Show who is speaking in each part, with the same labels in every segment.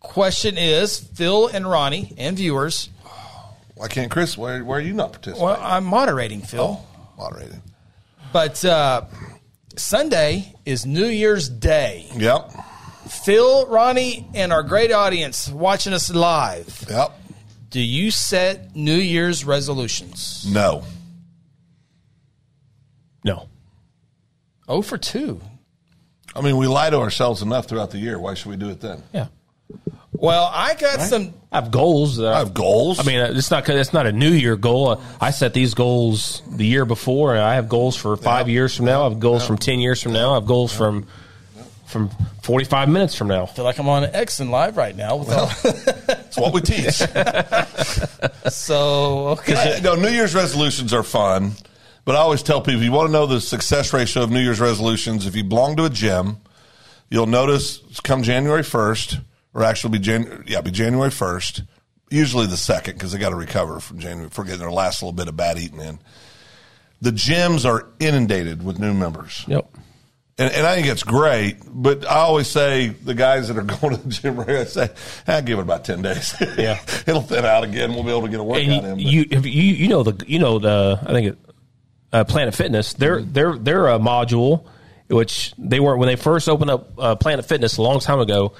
Speaker 1: question is Phil and Ronnie and viewers.
Speaker 2: Why can't Chris? Why, why are you not participating?
Speaker 1: Well, I'm moderating, Phil.
Speaker 2: Moderating.
Speaker 1: But uh, Sunday is New Year's Day.
Speaker 2: Yep.
Speaker 1: Phil, Ronnie, and our great audience watching us live.
Speaker 2: Yep.
Speaker 1: Do you set New Year's resolutions?
Speaker 2: No.
Speaker 3: No.
Speaker 1: Oh, for two.
Speaker 2: I mean, we lie to ourselves enough throughout the year. Why should we do it then?
Speaker 3: Yeah.
Speaker 1: Well, I got some.
Speaker 3: I have goals. That
Speaker 2: I have goals.
Speaker 3: I mean, it's not it's not a New Year goal. I set these goals the year before. I have goals for five years from now. I have goals from ten years from now. I have goals from from forty five minutes from now.
Speaker 1: I feel like I'm on X and live right now. With all,
Speaker 2: it's what we teach.
Speaker 1: so, okay.
Speaker 2: I- no, New Year's resolutions are fun, but I always tell people you want to know the success ratio of New Year's resolutions. If you belong to a gym, you'll notice come January first, or actually be Jan- yeah, be January first. Usually the second because they got to recover from January for getting their last little bit of bad eating in. The gyms are inundated with new members
Speaker 3: Yep.
Speaker 2: and, and I think it's great, but I always say the guys that are going to the gym, I say, I give it about 10 days.
Speaker 3: Yeah.
Speaker 2: It'll thin out again. We'll be able to get a workout in.
Speaker 3: And
Speaker 2: but-
Speaker 3: you, if you you know the you know the I think it, uh, Planet Fitness. They're they're they're a module which they weren't when they first opened up uh, Planet Fitness a long time ago.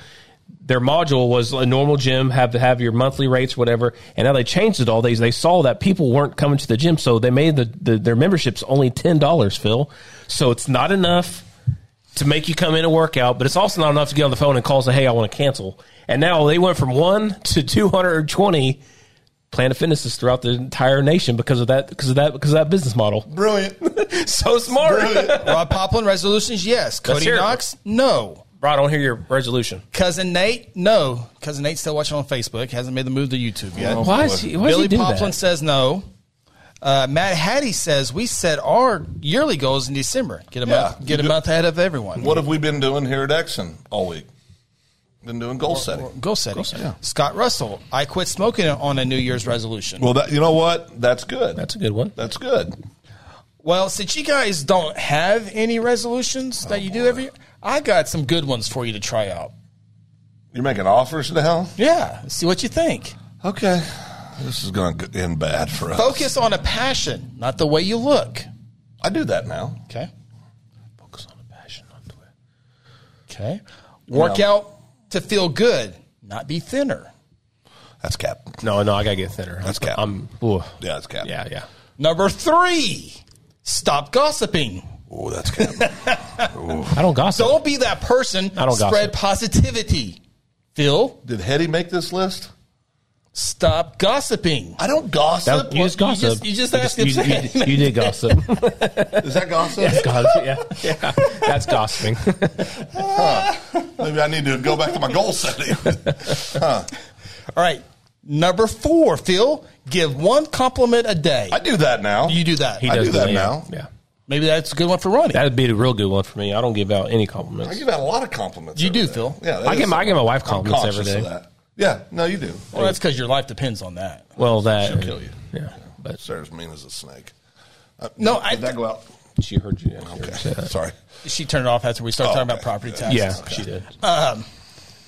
Speaker 3: Their module was a normal gym, have to have your monthly rates, whatever. And now they changed it all. They they saw that people weren't coming to the gym, so they made the, the their memberships only ten dollars. Phil, so it's not enough to make you come in and work out, but it's also not enough to get on the phone and call and say, "Hey, I want to cancel." And now they went from one to two hundred and twenty Planet Fitness is throughout the entire nation because of that because of that because of that business model.
Speaker 2: Brilliant.
Speaker 3: So smart.
Speaker 2: Brilliant.
Speaker 1: Rob Poplin, resolutions, yes. Cody
Speaker 3: hear it.
Speaker 1: Knox, no.
Speaker 3: Bro, I don't hear your resolution.
Speaker 1: Cousin Nate, no. Cousin Nate's still watching on Facebook. Hasn't made the move to YouTube yet.
Speaker 2: Oh,
Speaker 3: Why
Speaker 2: boy.
Speaker 3: is he? Why
Speaker 1: Billy
Speaker 3: does he do
Speaker 1: Poplin
Speaker 3: that?
Speaker 1: says no. Uh, Matt Hattie says we set our yearly goals in December. Get a
Speaker 2: Yeah,
Speaker 1: month, get
Speaker 2: you
Speaker 1: a
Speaker 2: do-
Speaker 1: month ahead of everyone.
Speaker 2: What have we been doing here at Exxon all week? Been doing goal setting.
Speaker 1: goal setting? Scott Russell, I quit smoking on a New Year's resolution. Well,
Speaker 2: Well, that, you know what? That's good.
Speaker 3: That's a good one.
Speaker 2: That's good.
Speaker 1: since you guys don't have any resolutions that you do every year, I got some good ones for you to try out.
Speaker 2: You're making offers now?
Speaker 1: Yeah, see what you think.
Speaker 2: Okay. This is going to end bad for us.
Speaker 1: Focus on a passion, not the way you look.
Speaker 2: I do that now.
Speaker 1: Okay.
Speaker 3: Focus on the passion on Twitter.
Speaker 1: Okay. Work
Speaker 2: No.
Speaker 1: out to feel good, not be thinner.
Speaker 2: That's cap.
Speaker 3: No, no, I gotta get thinner.
Speaker 2: That's
Speaker 3: I'm,
Speaker 2: cap.
Speaker 3: I'm ooh.
Speaker 2: Yeah, that's cap.
Speaker 3: yeah, yeah.
Speaker 1: Number three, stop gossiping.
Speaker 2: Oh, that's cap.
Speaker 3: I don't gossip.
Speaker 1: Don't be that person.
Speaker 3: I don't
Speaker 1: spread
Speaker 3: gossip.
Speaker 1: positivity. Phil,
Speaker 2: Did Hetty make this list?
Speaker 1: stop gossiping.
Speaker 2: I don't gossip.
Speaker 3: That- you just
Speaker 1: You
Speaker 3: gossip.
Speaker 1: just- you just asked
Speaker 3: you,
Speaker 1: him
Speaker 3: you- you did gossip.
Speaker 2: is that gossip?
Speaker 3: gossip. Yeah, yeah. That's gossiping.
Speaker 2: Maybe I need to go back to my goal setting.
Speaker 1: All right. Number four, Phil, give one compliment a day.
Speaker 2: I do that now.
Speaker 1: you do that.
Speaker 2: I do that
Speaker 3: yeah.
Speaker 2: now.
Speaker 3: Yeah,
Speaker 1: Maybe that's a good one for Ronnie.
Speaker 3: that'd be a real good one for me. I don't give out any compliments.
Speaker 2: I give out a lot of compliments.
Speaker 1: You
Speaker 2: every
Speaker 1: do,
Speaker 2: day.
Speaker 1: Phil.
Speaker 2: Yeah, that
Speaker 3: I
Speaker 2: is
Speaker 3: give my- I give my wife
Speaker 2: I'm
Speaker 3: compliments
Speaker 2: conscious
Speaker 3: every day.
Speaker 2: of that. Yeah, no, you do.
Speaker 1: well, that's because your life depends on that.
Speaker 3: well, that
Speaker 2: She'll kill you.
Speaker 3: Yeah, but
Speaker 2: Sarah's mean as a snake. Uh,
Speaker 1: No,
Speaker 2: Did that
Speaker 1: I,
Speaker 2: go out?
Speaker 3: she heard you.
Speaker 2: Okay, sorry.
Speaker 1: she turned it off after we started
Speaker 2: Oh,
Speaker 1: talking about
Speaker 2: okay.
Speaker 1: property taxes.
Speaker 3: Yeah, she did.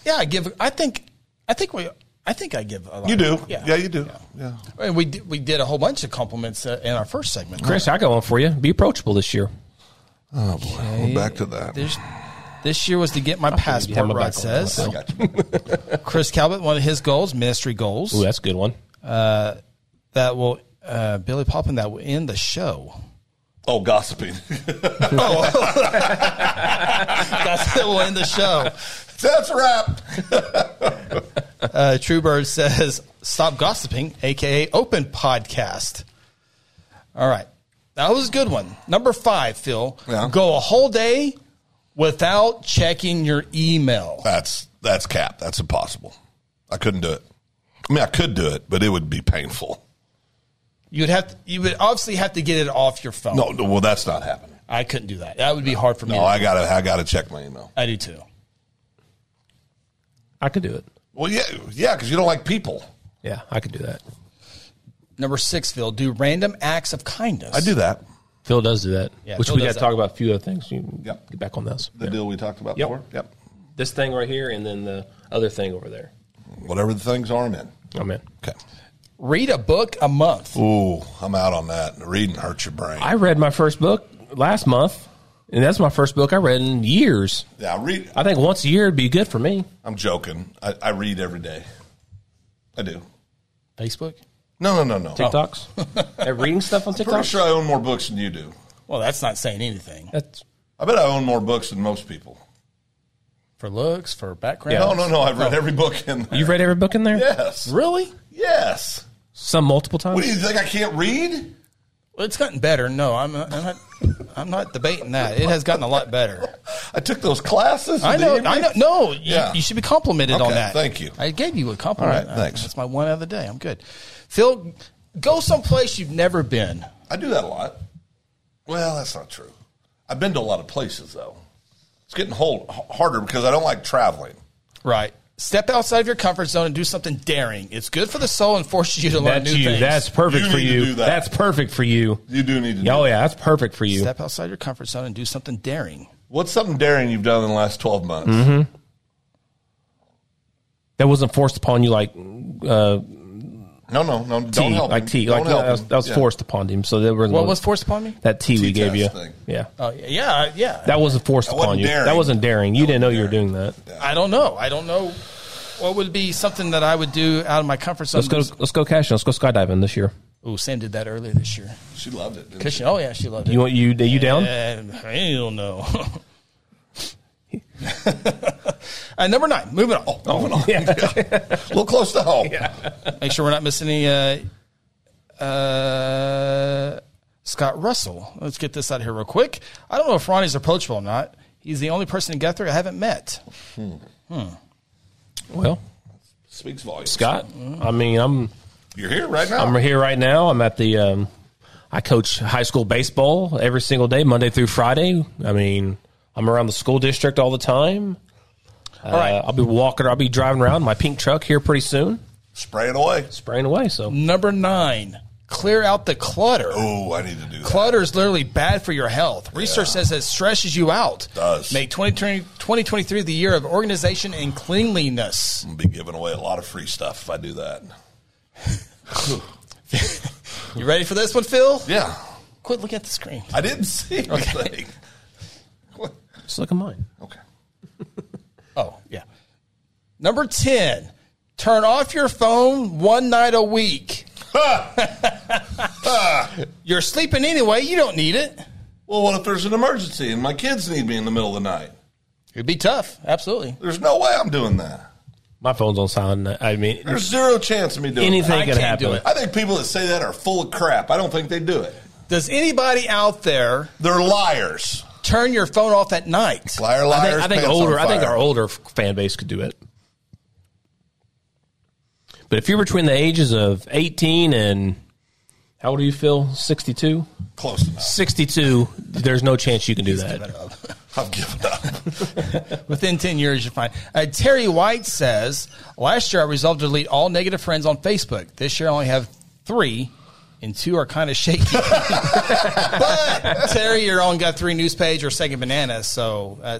Speaker 1: yeah. I give. I think. I think we. I think I give a lot.
Speaker 2: You do.
Speaker 1: Yeah.
Speaker 2: Yeah, you do. Yeah.
Speaker 1: And we did, we did a whole bunch of compliments uh, in our first segment.
Speaker 3: Chris, I got one for you. Be approachable this year.
Speaker 2: Oh boy, we're back to that.
Speaker 1: This, this year was to get my passport,
Speaker 3: my
Speaker 1: Rod
Speaker 3: back on
Speaker 1: says.
Speaker 2: I got you.
Speaker 1: Chris Calvert, one of his goals, ministry goals,
Speaker 3: Ooh, that's a good one.
Speaker 1: that will, uh, Billy Poppin, that will end the show.
Speaker 2: Oh, gossiping.
Speaker 1: That's that will end the show.
Speaker 2: That's a wrap.
Speaker 1: Uh, Truebird says, stop gossiping, AKA open podcast. All right. That was a good one. Number five, Phil,
Speaker 2: Yeah.
Speaker 1: go a whole day without checking your email.
Speaker 2: That's that's cap. That's impossible. I couldn't do it. I mean, I could do it, but it would be painful.
Speaker 1: You'd have to, you would obviously have to get it off your phone.
Speaker 2: No, no well, that's not happening.
Speaker 1: I couldn't do that. That would be hard for me.
Speaker 2: No, I gotta, I gotta check my email.
Speaker 1: I do too.
Speaker 3: I could do it.
Speaker 2: Well, yeah, yeah, because you don't like people.
Speaker 3: Yeah, I could do that.
Speaker 1: Number six, Phil, do random acts of kindness.
Speaker 2: I do that.
Speaker 3: Phil does do that,
Speaker 1: Yeah,
Speaker 3: which
Speaker 1: Phil
Speaker 3: we
Speaker 1: does
Speaker 3: got to
Speaker 1: that.
Speaker 3: talk about a few other things. You
Speaker 2: Yep.
Speaker 3: get back on those.
Speaker 2: The
Speaker 3: Yeah.
Speaker 2: deal we talked about
Speaker 3: Yep.
Speaker 2: before. Yep.
Speaker 3: This thing right here, and then the other thing over there.
Speaker 2: whatever the things are I'm in.
Speaker 3: Oh man,
Speaker 2: Okay.
Speaker 1: Read a book a month.
Speaker 2: Ooh, I'm out on that. Reading hurts your brain.
Speaker 3: I read my first book last month, and that's my first book I read in years.
Speaker 2: yeah, I read.
Speaker 3: I think once a year would be good for me.
Speaker 2: I'm joking. I, I read every day. I do.
Speaker 1: Facebook.
Speaker 2: No, no, no, no. I'm
Speaker 3: TikToks, that reading stuff on
Speaker 2: pretty
Speaker 3: TikTok.
Speaker 2: sure I own more books than you do.
Speaker 1: Well, that's not saying anything
Speaker 3: That's
Speaker 2: I bet I own more books than most people.
Speaker 1: for looks, for background.
Speaker 2: No, no, no. I've read every book in there.
Speaker 3: you've read every book in there,
Speaker 2: Yes.
Speaker 1: Really?
Speaker 2: Yes.
Speaker 3: some multiple
Speaker 2: What
Speaker 3: times.
Speaker 2: do you think? I can't read?
Speaker 1: Well, it's gotten better. No, I'm not, I'm not. I'm not debating that. It has gotten a lot better.
Speaker 2: I took those classes.
Speaker 1: I
Speaker 2: in the
Speaker 1: know.
Speaker 2: evening.
Speaker 1: I know. No, you,
Speaker 2: Yeah.
Speaker 1: you should be complimented on
Speaker 2: Okay,
Speaker 1: that.
Speaker 2: thank you.
Speaker 1: I gave you a compliment. Uh,
Speaker 2: All right, thanks.
Speaker 1: That's my one of the day. I'm good. Phil, go someplace you've never been.
Speaker 2: I do that a lot. Well, that's not true. I've been to a lot of places though. It's getting hold, harder because I don't like traveling.
Speaker 1: Right. Step outside of your comfort zone and do something daring. It's good for the soul and forces you to learn
Speaker 3: That's
Speaker 1: new
Speaker 3: you.
Speaker 1: things.
Speaker 3: That's perfect
Speaker 2: You
Speaker 3: for
Speaker 2: need to
Speaker 3: you.
Speaker 2: do that.
Speaker 3: That's perfect for you.
Speaker 2: You do need to.
Speaker 3: Yeah,
Speaker 2: do
Speaker 3: Oh
Speaker 2: that.
Speaker 3: yeah, that's perfect for you.
Speaker 1: Step outside your comfort zone and do something daring.
Speaker 2: What's something daring you've done in the last twelve months?
Speaker 3: Mm-hmm. That wasn't forced upon you like uh,
Speaker 2: No, no, no. Don't
Speaker 3: tea,
Speaker 2: help.
Speaker 3: like
Speaker 2: me.
Speaker 3: tea,
Speaker 2: Don't
Speaker 3: like no,
Speaker 2: help
Speaker 3: that was,
Speaker 2: me.
Speaker 3: that was
Speaker 2: Yeah.
Speaker 3: forced upon him. So that was
Speaker 1: What was forced upon me?
Speaker 3: that tea,
Speaker 2: Tea
Speaker 3: we gave
Speaker 2: test
Speaker 3: you.
Speaker 2: thing.
Speaker 3: Yeah,
Speaker 1: Oh yeah, yeah.
Speaker 3: that wasn't forced
Speaker 2: That
Speaker 3: upon
Speaker 2: wasn't
Speaker 3: you.
Speaker 2: daring.
Speaker 3: That wasn't daring. You didn't know you were doing that.
Speaker 1: I don't know. I don't know what would be something that I would do out of my comfort zone.
Speaker 3: Let's go. Let's go cashing. Let's go skydiving this year.
Speaker 1: Oh, Sam did that earlier this year.
Speaker 2: She loved it. didn't
Speaker 1: Cause
Speaker 2: she?
Speaker 1: she, oh yeah, she loved it.
Speaker 3: You want you? You down?
Speaker 1: Um, I don't know. uh, number nine, moving on.
Speaker 3: Oh.
Speaker 2: Moving on. A little close to home.
Speaker 1: Make sure we're not missing any. Uh, uh, Scott Russell. Let's get this out of here real quick. I don't know if Ronnie's approachable or not. He's the only person in Guthrie I haven't met.
Speaker 3: Well,
Speaker 2: Speaks volumes.
Speaker 3: Scott. I mean, I'm
Speaker 2: you're here right now.
Speaker 3: I'm here right now. I'm at the. Um, I coach high school baseball every single day, Monday through Friday. I mean, I'm around the school district all the time.
Speaker 1: All right.
Speaker 3: Uh, I'll be walking. I'll be driving around my pink truck here pretty soon,
Speaker 2: Spray it away.
Speaker 3: spraying away. So
Speaker 1: Number nine, clear out the clutter.
Speaker 2: Oh, I need to do that.
Speaker 1: Clutter is literally bad for your health. Research says it stresses you out.
Speaker 2: Does.
Speaker 1: Make 2020, 2023 the year of organization and cleanliness.
Speaker 2: I'm gonna be giving away a lot of free stuff if I do that.
Speaker 1: You ready for this one, Phil?
Speaker 2: Yeah,
Speaker 1: Quit looking at the screen.
Speaker 2: I didn't see anything.
Speaker 3: just look at mine.
Speaker 2: okay.
Speaker 1: Oh, yeah. Number 10, turn off your phone one night a week. You're sleeping anyway. You don't need it.
Speaker 2: Well, what if there's an emergency and my kids need me in the middle of the night?
Speaker 1: It'd be tough. Absolutely.
Speaker 2: There's no way I'm doing that.
Speaker 3: My phone's on silent. I mean,
Speaker 2: There's zero chance of me doing
Speaker 3: anything
Speaker 1: I
Speaker 3: can
Speaker 1: can't do
Speaker 3: happen.
Speaker 1: it.
Speaker 2: That. I think people that say that are full of crap. I don't think they do it.
Speaker 1: Does anybody out there
Speaker 2: They're liars.
Speaker 1: turn your phone off at night?
Speaker 2: Liar, liars.
Speaker 3: I think, I think
Speaker 2: pants on
Speaker 3: older. I think
Speaker 2: fire.
Speaker 3: our older f- fan base could do it. But if you're between the ages of 18 and how old do you feel? 62.
Speaker 2: close enough.
Speaker 3: 62. There's no chance you can do that.
Speaker 2: I've given up.
Speaker 1: Within 10 years, you're fine. Uh, Terry White says, Last year I resolved to delete all negative friends on Facebook. This year I only have three, and two are kind of shaky. but Terry, you're on Got Three News page or Second Banana, so uh,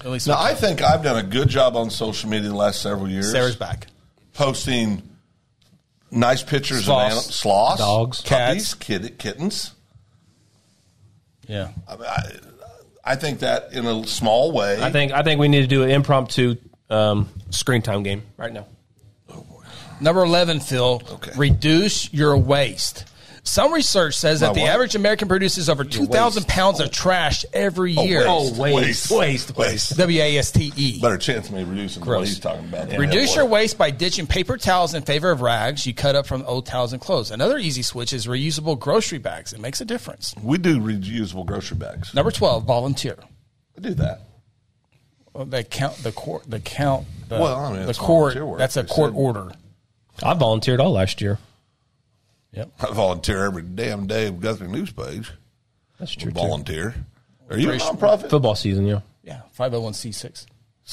Speaker 1: at least
Speaker 2: now, I think I've done a good job on social media the last several years.
Speaker 1: Sarah's back.
Speaker 2: posting nice pictures
Speaker 1: Sloths.
Speaker 2: of animals, sloths,
Speaker 3: Dogs.
Speaker 2: puppies, kid, kittens.
Speaker 1: Yeah.
Speaker 2: I, mean, I, I think that in a small way.
Speaker 3: I think. I think we need to do an impromptu um, screen time game right now.
Speaker 1: Number 11, Phil,
Speaker 2: Okay.
Speaker 1: reduce your waste. Some research says that
Speaker 2: My
Speaker 1: the
Speaker 2: what?
Speaker 1: average American produces over 2,000
Speaker 2: waste. Oh.
Speaker 1: pounds of trash every year. Oh,
Speaker 2: waste.
Speaker 3: waste, waste, waste.
Speaker 1: W A S T E.
Speaker 2: Better chance of me reducing what
Speaker 1: Gross.
Speaker 2: he's talking about.
Speaker 1: Reduce your waste by ditching paper towels in favor of rags you cut up from old towels and clothes. Another easy switch is reusable grocery bags. It makes a difference.
Speaker 2: We do reusable grocery bags.
Speaker 1: Number 12, volunteer.
Speaker 2: I do that.
Speaker 1: Well, the count, the court, the count, the,
Speaker 2: Well, I mean,
Speaker 1: the
Speaker 2: it's
Speaker 1: court,
Speaker 2: volunteer work.
Speaker 1: that's a
Speaker 2: They
Speaker 1: court
Speaker 2: said-
Speaker 1: order.
Speaker 3: I volunteered all last year.
Speaker 1: Yep.
Speaker 2: I volunteer every damn day with Guthrie News Page.
Speaker 3: That's true. Too.
Speaker 2: Volunteer. Are you a nonprofit?
Speaker 3: Football season, yeah.
Speaker 1: Yeah. 501c6.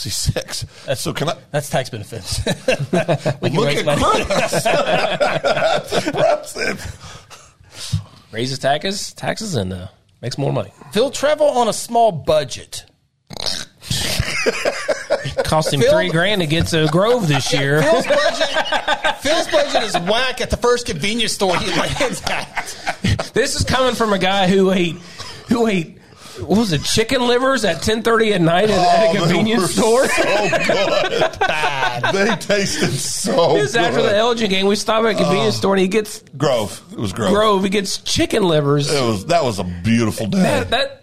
Speaker 2: C6. So can I?
Speaker 1: That's tax benefits. we can
Speaker 2: Look
Speaker 1: raise
Speaker 2: at
Speaker 1: money.
Speaker 2: Chris. That's impressive.
Speaker 3: Raises taxes, taxes, and uh, makes more money.
Speaker 1: Phil, travel on a small budget.
Speaker 3: It cost him
Speaker 1: Phil-
Speaker 3: three grand to get to Grove this year.
Speaker 1: Phil's budget, Phil's budget is whack at the first convenience store he lands at.
Speaker 3: This is coming from a guy who ate who ate what was it chicken livers at ten thirty at night at,
Speaker 1: Oh,
Speaker 3: at a
Speaker 2: Oh, they were
Speaker 3: convenience store.
Speaker 2: So good. They tasted so
Speaker 3: This is after the
Speaker 2: good.
Speaker 3: Elgin game. We stop at a convenience
Speaker 1: Oh.
Speaker 3: store and he gets
Speaker 2: Grove. It was Grove.
Speaker 3: Grove. He gets chicken livers.
Speaker 1: Oh,
Speaker 2: It was that was a beautiful day.
Speaker 3: That that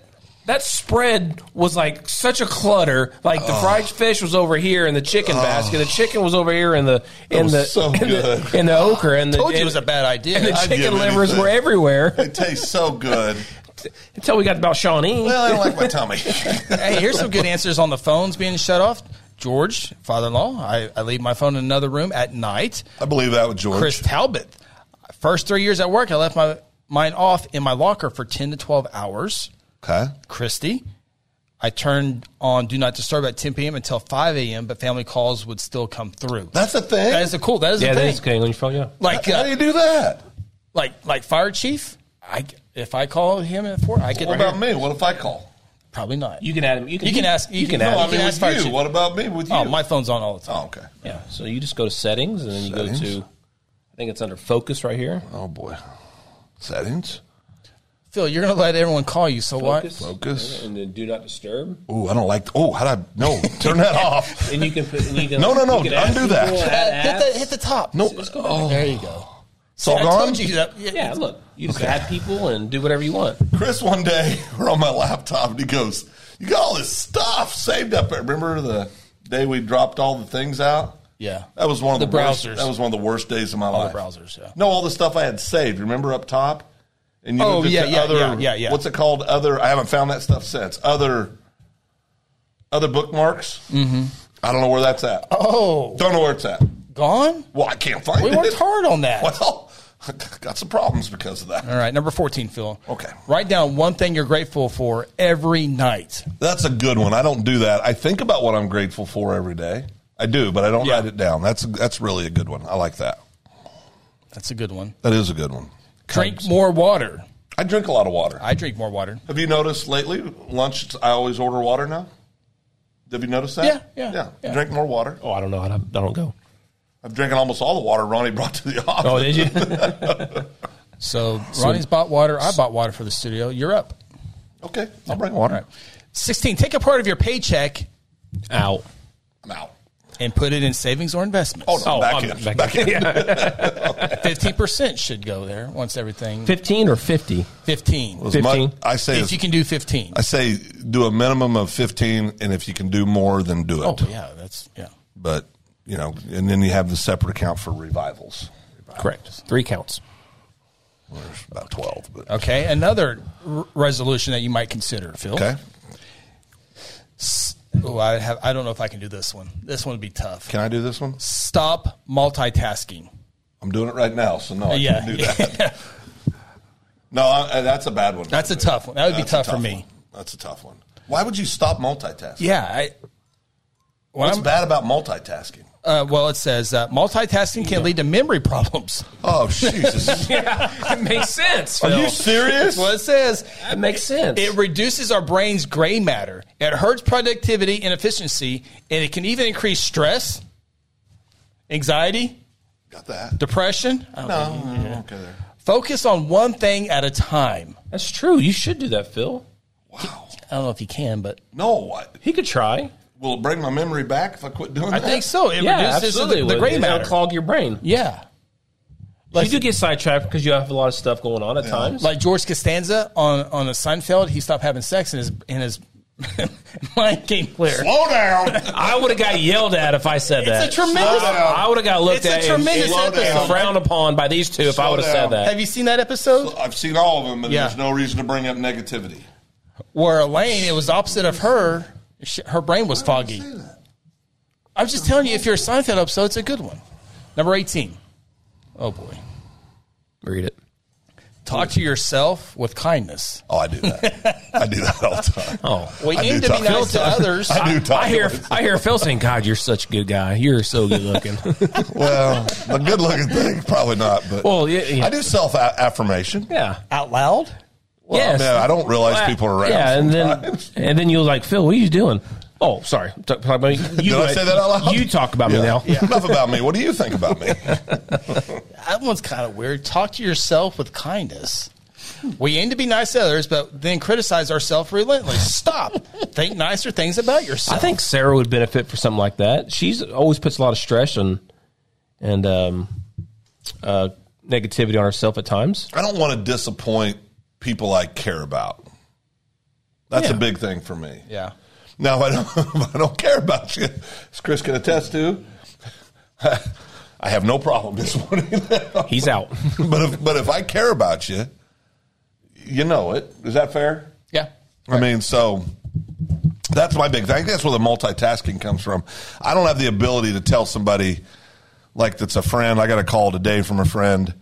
Speaker 3: that spread was like such a clutter. Like
Speaker 1: Oh.
Speaker 3: the fried fish was over here in the chicken basket. The chicken was over here in the in
Speaker 2: was
Speaker 3: the,
Speaker 2: so
Speaker 3: in,
Speaker 2: good.
Speaker 3: the in the ochre and the
Speaker 1: Told you
Speaker 3: and-
Speaker 1: it was a bad idea.
Speaker 3: and the
Speaker 1: I-
Speaker 3: chicken
Speaker 2: give
Speaker 3: livers
Speaker 2: anything.
Speaker 3: were everywhere
Speaker 2: it tastes so good.
Speaker 3: until we got about Shawnee.
Speaker 2: Well, I don't like my tummy.
Speaker 1: hey, here's some good answers on the phones being shut off. George, father-in-law, I, I leave my phone in another room at night.
Speaker 2: I believe that with George.
Speaker 1: Chris Talbot. First three years at work, I left my mine off in my locker for ten to twelve hours.
Speaker 2: Okay.
Speaker 1: Christy. I turned on Do Not Disturb at 10 p.m. until 5 a.m., but family calls would still come through.
Speaker 2: That's a thing.
Speaker 1: That is a cool. That is
Speaker 3: yeah,
Speaker 1: a
Speaker 3: that
Speaker 1: thing.
Speaker 3: is getting on your phone. Yeah,
Speaker 1: Like,
Speaker 2: How do
Speaker 1: uh,
Speaker 2: you do that?
Speaker 1: like, like fire chief. I if I call him at four, I get
Speaker 2: What
Speaker 1: right
Speaker 2: about
Speaker 1: here.
Speaker 2: me? What if I call?
Speaker 1: probably not.
Speaker 3: you can add him. You can,
Speaker 1: You can ask- you can
Speaker 3: add.
Speaker 1: No,
Speaker 2: I
Speaker 1: I
Speaker 3: him.
Speaker 1: mean,
Speaker 2: mean,
Speaker 1: that's
Speaker 2: with
Speaker 1: fine,
Speaker 2: you.
Speaker 1: Chief.
Speaker 2: What about me with you?
Speaker 1: oh, my phone's on all the time.
Speaker 2: Oh, okay.
Speaker 3: Yeah, so you just go to settings and then you go
Speaker 2: Settings.
Speaker 3: to. I think it's under focus right here.
Speaker 2: Oh boy. Settings.
Speaker 1: Phil, you're gonna let everyone call you, so
Speaker 3: Focus.
Speaker 2: Focus.
Speaker 3: And then do not disturb.
Speaker 2: Oh, I don't like. Oh, how do I? No, turn that off.
Speaker 3: And you can put. And you can,
Speaker 2: No, no, no,
Speaker 3: you can add
Speaker 2: undo that.
Speaker 3: people,
Speaker 1: what?
Speaker 3: add
Speaker 1: Uh, hit
Speaker 3: apps.
Speaker 1: the hit the top.
Speaker 2: No.
Speaker 3: Just go back.
Speaker 2: Oh,
Speaker 1: There you go.
Speaker 2: it's all
Speaker 1: I
Speaker 2: gone.
Speaker 1: told you that. Yeah,
Speaker 3: Yeah, look, you just add people and do whatever you want.
Speaker 2: Chris one day we're on my laptop and he goes, "You got all this stuff saved up." there." Remember the day we dropped all the things out?
Speaker 1: Yeah.
Speaker 2: that was one of the,
Speaker 1: The
Speaker 2: worst-
Speaker 1: browsers.
Speaker 2: that was one of the worst days of my
Speaker 1: the
Speaker 2: life.
Speaker 1: browsers, yeah.
Speaker 2: No, all the stuff I had saved. Remember up top? And you
Speaker 1: Oh,
Speaker 2: moved it
Speaker 1: yeah,
Speaker 2: to
Speaker 1: yeah,
Speaker 2: other,
Speaker 1: yeah, yeah, yeah.
Speaker 2: What's it called? Other. I haven't found that stuff since. Other. Other bookmarks. Mm-hmm. I don't know where that's at.
Speaker 1: Oh,
Speaker 2: Don't know where it's at.
Speaker 1: gone.
Speaker 2: Well, I can't find
Speaker 1: We
Speaker 2: it.
Speaker 1: worked hard on that.
Speaker 2: Well, I got some problems because of that.
Speaker 1: All right, number 14, Phil.
Speaker 2: Okay.
Speaker 1: Write down one thing you're grateful for every night.
Speaker 2: That's a good one. I don't do that. I think about what I'm grateful for every day. I do, but I don't
Speaker 1: Yeah.
Speaker 2: write it down. That's that's really a good one. I like that.
Speaker 1: That's a good one.
Speaker 2: That is a good one.
Speaker 1: Drink more water.
Speaker 2: I drink a lot of water.
Speaker 1: I drink more water.
Speaker 2: Have you noticed lately? Lunch, I always order water now. Have you noticed that?
Speaker 1: Yeah, yeah,
Speaker 2: yeah.
Speaker 1: yeah.
Speaker 2: Drink more water.
Speaker 3: Oh, I don't know. I don't, I don't go.
Speaker 2: I've drinking almost all the water Ronnie brought to the office.
Speaker 3: Oh, did you?
Speaker 1: So Ronnie's bought water. I bought water for the studio. You're up.
Speaker 2: Okay, I'll bring
Speaker 1: All
Speaker 2: water.
Speaker 1: right. 16. Take a part of your paycheck
Speaker 3: Out.
Speaker 2: I'm out.
Speaker 1: and put it in savings or investments.
Speaker 2: Oh, no,
Speaker 3: Oh,
Speaker 2: back,
Speaker 3: I'm
Speaker 2: in.
Speaker 3: back
Speaker 2: back in.
Speaker 1: 15% should go there once everything.
Speaker 3: Fifteen or fifty?
Speaker 1: 15.
Speaker 2: As much-
Speaker 3: 15.
Speaker 2: I say
Speaker 1: If
Speaker 2: as-
Speaker 1: you can do 15.
Speaker 2: I say do a minimum of 15, and if you can do more, then do it.
Speaker 1: Oh, yeah. That's, yeah.
Speaker 2: But, you know, and then you have the separate account for revivals.
Speaker 3: Correct. Three counts.
Speaker 2: Well, There's about 12. But,
Speaker 1: Okay. Another r- resolution that you might consider, Phil.
Speaker 2: okay.
Speaker 1: Oh, I have, I don't know if I can do this one. This one would be tough.
Speaker 2: Can I do this one?
Speaker 1: Stop multitasking.
Speaker 2: I'm doing it right now, so no, I
Speaker 1: Yeah.
Speaker 2: can't do that. no, I, I- that's a bad one.
Speaker 1: That's a tough one. That would be
Speaker 2: That's a
Speaker 1: tough, for me.
Speaker 2: one. That's a tough one. Why would you stop multitasking?
Speaker 1: Yeah. I, when
Speaker 2: What's
Speaker 1: I'm-
Speaker 2: bad about multitasking?
Speaker 1: Uh, well, it says uh, multitasking can lead to memory problems.
Speaker 2: Oh, Jesus.
Speaker 3: That makes sense.
Speaker 2: Are you
Speaker 3: Phil.
Speaker 2: serious?
Speaker 1: That's what it says.
Speaker 3: That makes sense.
Speaker 1: It reduces our brain's gray matter. It hurts productivity and efficiency, and it can even increase stress, anxiety,
Speaker 2: Got that.
Speaker 1: depression. I don't know.
Speaker 2: No, no, okay there.
Speaker 1: Focus on one thing at a time.
Speaker 3: That's true. You should do that, Phil.
Speaker 2: Wow.
Speaker 1: I don't know if you can, but
Speaker 2: No, I,
Speaker 3: He could try.
Speaker 2: will it bring my memory back if I quit doing
Speaker 1: I
Speaker 2: that?
Speaker 1: think so. It
Speaker 3: yeah,
Speaker 1: reduces the-
Speaker 3: absolutely.
Speaker 1: the,
Speaker 3: Well,
Speaker 1: gray
Speaker 3: it'll
Speaker 1: matter.
Speaker 3: clog your brain.
Speaker 1: Yeah.
Speaker 3: you do get sidetracked because you have a lot of stuff going on at times.
Speaker 1: Like George Costanza on, on a Seinfeld, he stopped having sex and his, and his mind came clear.
Speaker 2: Slow down.
Speaker 3: I would have got yelled at if I said that.
Speaker 1: It's a tremendous.
Speaker 2: Slow down.
Speaker 3: I would have got looked
Speaker 1: It's a
Speaker 3: at and-
Speaker 1: tremendous
Speaker 2: Slow
Speaker 3: and,
Speaker 2: down.
Speaker 3: and frowned upon by these two if I
Speaker 2: Slow
Speaker 3: would have said
Speaker 2: down.
Speaker 3: that.
Speaker 1: Have you seen that episode
Speaker 2: I've seen all of them, and
Speaker 1: Yeah.
Speaker 2: there's no reason to bring up negativity.
Speaker 1: where Elaine? It was opposite of her. She, her brain was foggy. I'm just telling you, if you're a Seinfeld episode, it's a good one. Number eighteen. Oh boy,
Speaker 3: Read it.
Speaker 1: talk to yourself with kindness.
Speaker 2: Oh, I do that. I do that all the time.
Speaker 3: Oh.
Speaker 1: We
Speaker 2: I do
Speaker 1: aim to be
Speaker 2: talk to
Speaker 1: nice to
Speaker 2: myself.
Speaker 1: others.
Speaker 2: I do talk.
Speaker 3: I hear
Speaker 2: to myself.
Speaker 3: I hear Phil saying, "God, you're such a good guy. You're so good looking."
Speaker 2: Well, the good looking thing, probably not. But
Speaker 3: well, yeah, yeah.
Speaker 2: I do self affirmation.
Speaker 3: yeah.
Speaker 1: out loud.
Speaker 2: Well,
Speaker 3: Yes.
Speaker 2: man, I don't realize people are around.
Speaker 3: Yeah, and then and then you're like, "Phil, what are you doing?" Oh, sorry. T- Talk about me. You,
Speaker 2: Did I say that out loud?
Speaker 3: You talk about
Speaker 2: Yeah.
Speaker 3: me now.
Speaker 2: Enough about me. What do you think about me?
Speaker 1: That one's kind of weird. Talk to yourself with kindness. We aim to be nice to others, but then criticize ourselves relentlessly. Stop. Think nicer things about
Speaker 3: I
Speaker 1: yourself.
Speaker 3: think Sarah would benefit for something like that. She's always puts a lot of stress and and um, uh, negativity on herself at times.
Speaker 2: I don't want to disappoint people I care about. That's
Speaker 1: Yeah.
Speaker 2: a big thing for me.
Speaker 1: Yeah.
Speaker 2: Now, if I don't, if I don't care about you, as Chris can attest to, I have no problem disappointing them.
Speaker 3: He's out.
Speaker 2: but if but if I care about you, you know it. Is that fair?
Speaker 1: Yeah.
Speaker 2: I mean, so that's my big thing. I think that's where the multitasking comes from. I don't have the ability to tell somebody like that's a friend. I got a call today from a friend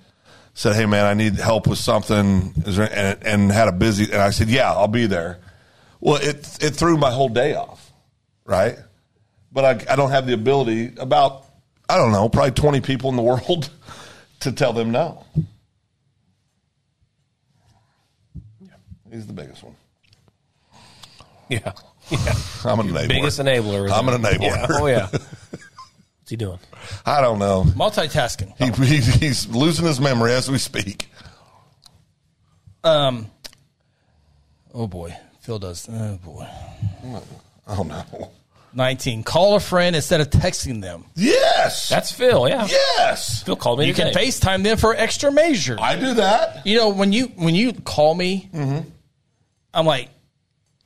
Speaker 2: said, "Hey man, I need help with something," Is there, and, and had a busy. And I said, "Yeah, I'll be there." Well, it it threw my whole day off, right? But I, I don't have the ability about I don't know probably twenty people in the world to tell them no. He's the biggest one.
Speaker 3: yeah.
Speaker 2: I'm an enabler.
Speaker 3: Biggest enabler.
Speaker 2: I'm an enabler.
Speaker 3: Yeah. Oh yeah. What's he doing?
Speaker 2: I don't know.
Speaker 1: Multitasking.
Speaker 2: He, he, he's losing his memory as we speak.
Speaker 1: Um. Oh boy, Phil does. Oh boy.
Speaker 2: Oh no.
Speaker 1: Nineteen. Call a friend instead of texting them.
Speaker 2: Yes.
Speaker 3: That's Phil. Yeah.
Speaker 2: yes.
Speaker 3: Phil called me.
Speaker 1: You can
Speaker 3: today.
Speaker 1: FaceTime them for extra measure.
Speaker 2: I do that.
Speaker 1: You know when you when you call me,
Speaker 2: Mm-hmm.
Speaker 1: I'm like,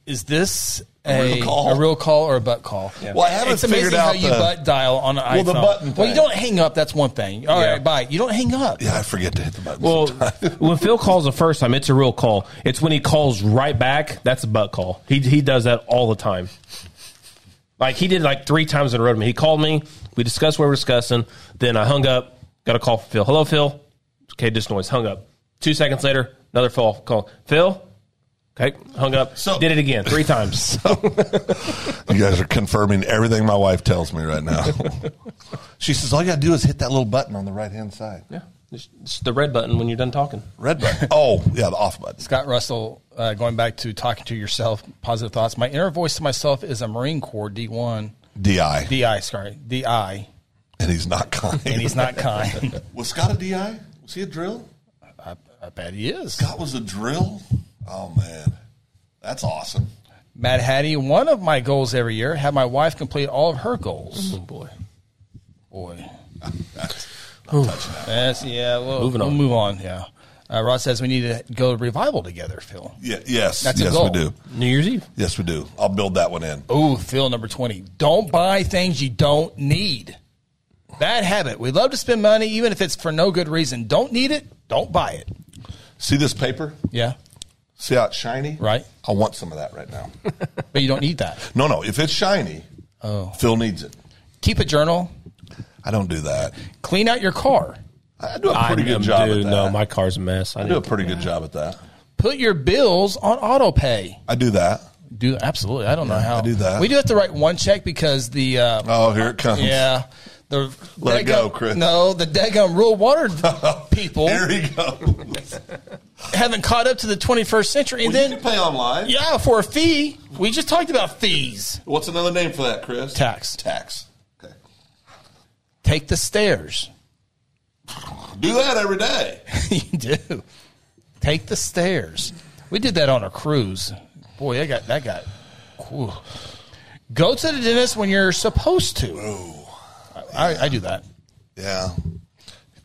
Speaker 1: is this a,
Speaker 2: real call?
Speaker 1: a real call or a butt call?
Speaker 2: Well, I haven't
Speaker 1: it's amazing
Speaker 2: figured
Speaker 1: how
Speaker 2: out
Speaker 1: you
Speaker 2: the-
Speaker 1: butt dial on an
Speaker 2: Well,
Speaker 1: iPhone.
Speaker 2: the button
Speaker 1: Well, you
Speaker 2: thing.
Speaker 1: don't hang up. That's one thing. All right,
Speaker 3: Yeah.
Speaker 1: bye. You don't hang up.
Speaker 2: Yeah, I forget to hit the button.
Speaker 3: Well,
Speaker 2: sometimes.
Speaker 3: when Phil calls the first time, it's a real call. It's when he calls right back. That's a butt call. He he does that all the time. Like he did like three times in a row. to me. He called me. We discussed what we were discussing. Then I hung up. Got a call from Phil. Hello, Phil. Okay, this noise. Hung up. Two seconds later, another Phil call. Phil. Okay, hung up.
Speaker 2: So-
Speaker 3: did it again three times.
Speaker 2: you guys are confirming everything my wife tells me right now. she says all you gotta do is hit that little button on the right hand side.
Speaker 3: yeah, it's, it's the red button when you're done talking.
Speaker 2: Red button. Oh yeah, the off button.
Speaker 1: Scott Russell, uh, going back to talking to yourself, positive thoughts. My inner voice to myself is a Marine Corps D1,
Speaker 2: Di.
Speaker 1: DI, sorry, DI,
Speaker 2: and he's not kind.
Speaker 1: and he's not kind.
Speaker 2: was Scott a Di? Was he a drill?
Speaker 1: I, I bet he is.
Speaker 2: Scott was a drill. Oh man, that's awesome.
Speaker 1: Matt Hattie, one of my goals every year, have my wife complete all of her goals.
Speaker 3: Oh boy.
Speaker 1: Boy.
Speaker 2: Touching that.
Speaker 1: That's, yeah, we'll,
Speaker 3: Moving
Speaker 1: we'll
Speaker 3: on.
Speaker 1: move on. Yeah. Uh, Rod says we need to go to revival together, Phil.
Speaker 2: Yeah, yes,
Speaker 1: That's a
Speaker 2: yes,
Speaker 1: goal.
Speaker 2: we do.
Speaker 3: New Year's Eve.
Speaker 2: Yes, we do. I'll build that one in.
Speaker 1: Oh, Phil, number 20. Don't buy things you don't need. Bad habit. We love to spend money, even if it's for no good reason. Don't need it, don't buy it.
Speaker 2: See this paper?
Speaker 1: Yeah.
Speaker 2: See how it's shiny?
Speaker 1: Right.
Speaker 2: I want some of that right now.
Speaker 1: But you don't need that.
Speaker 2: no, no. If it's shiny, Phil needs it.
Speaker 1: keep a journal,
Speaker 2: I don't do that.
Speaker 1: clean out your car,
Speaker 2: I do a pretty
Speaker 3: I
Speaker 2: good
Speaker 3: am,
Speaker 2: job
Speaker 3: dude,
Speaker 2: at that.
Speaker 3: No, my car's a mess. I,
Speaker 2: I
Speaker 3: need
Speaker 2: do a pretty good job at that.
Speaker 1: put your bills on auto pay.
Speaker 2: I do that.
Speaker 1: Do absolutely. I don't know how
Speaker 2: I do that.
Speaker 1: We do have to write one check because the uh,
Speaker 2: Oh, here it comes.
Speaker 1: yeah the
Speaker 2: Let it go,
Speaker 1: daggum-
Speaker 2: Chris.
Speaker 1: No, the Degum Rural Water people
Speaker 2: Oh, Here he goes.
Speaker 1: haven't caught up to the 21st century, and
Speaker 2: Well, you
Speaker 1: then
Speaker 2: can pay online.
Speaker 1: yeah, for a fee. We just talked about fees.
Speaker 2: What's another name for that, Chris?
Speaker 1: Tax.
Speaker 2: Tax. Okay.
Speaker 1: Take the stairs.
Speaker 2: Do that every day.
Speaker 1: you do. Take the stairs. We did that on a cruise. Boy, that got that got. whew. Go to the dentist when you're supposed to. I, I do that
Speaker 2: Yeah.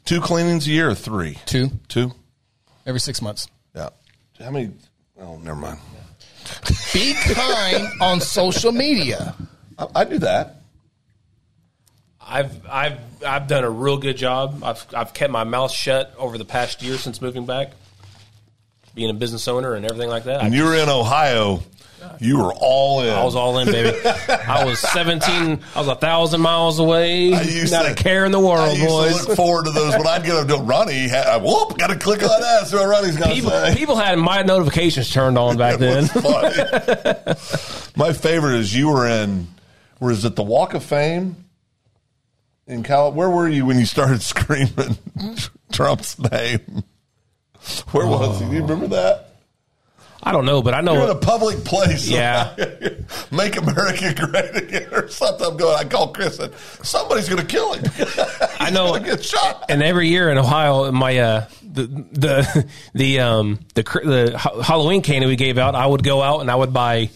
Speaker 2: Two cleanings a year or three?
Speaker 1: two
Speaker 2: Two?
Speaker 1: every six months.
Speaker 2: Yeah. How many? Oh, never mind.
Speaker 1: Be kind on social media.
Speaker 2: I, I do that.
Speaker 3: I've I've I've done a real good job. I've I've kept my mouth shut over the past year since moving back, being a business owner and everything like that.
Speaker 2: When
Speaker 3: I,
Speaker 2: you were in Ohio, you were all in.
Speaker 3: I was all in, baby. I was seventeen. I was a thousand miles away.
Speaker 2: I used
Speaker 3: Not
Speaker 2: to-
Speaker 3: a care in the
Speaker 2: I
Speaker 3: world,
Speaker 2: used
Speaker 3: boys.
Speaker 2: to look forward to those when I'd get up to Ronnie. ha- uh, Whoop! Got to click on that. So Ronnie's got to
Speaker 3: People,
Speaker 2: say.
Speaker 3: people had my notifications turned on back then.
Speaker 2: It was funny. My favorite is you were in. Was it the Walk of Fame? In Cal, where were you when you started screaming
Speaker 3: Oh.
Speaker 2: Trump's name? Where was he? Do you remember that?
Speaker 3: I don't know, but I know
Speaker 2: You're in a public place.
Speaker 3: Oh. Yeah.
Speaker 2: Make America great again or something. I'm going, I call Chris and somebody's going to kill him.
Speaker 3: I know.
Speaker 2: He's gonna get shot.
Speaker 3: and every year in Ohio, my uh, the the the um the cr- the ha- Halloween candy we gave out, I would go out and I would buy,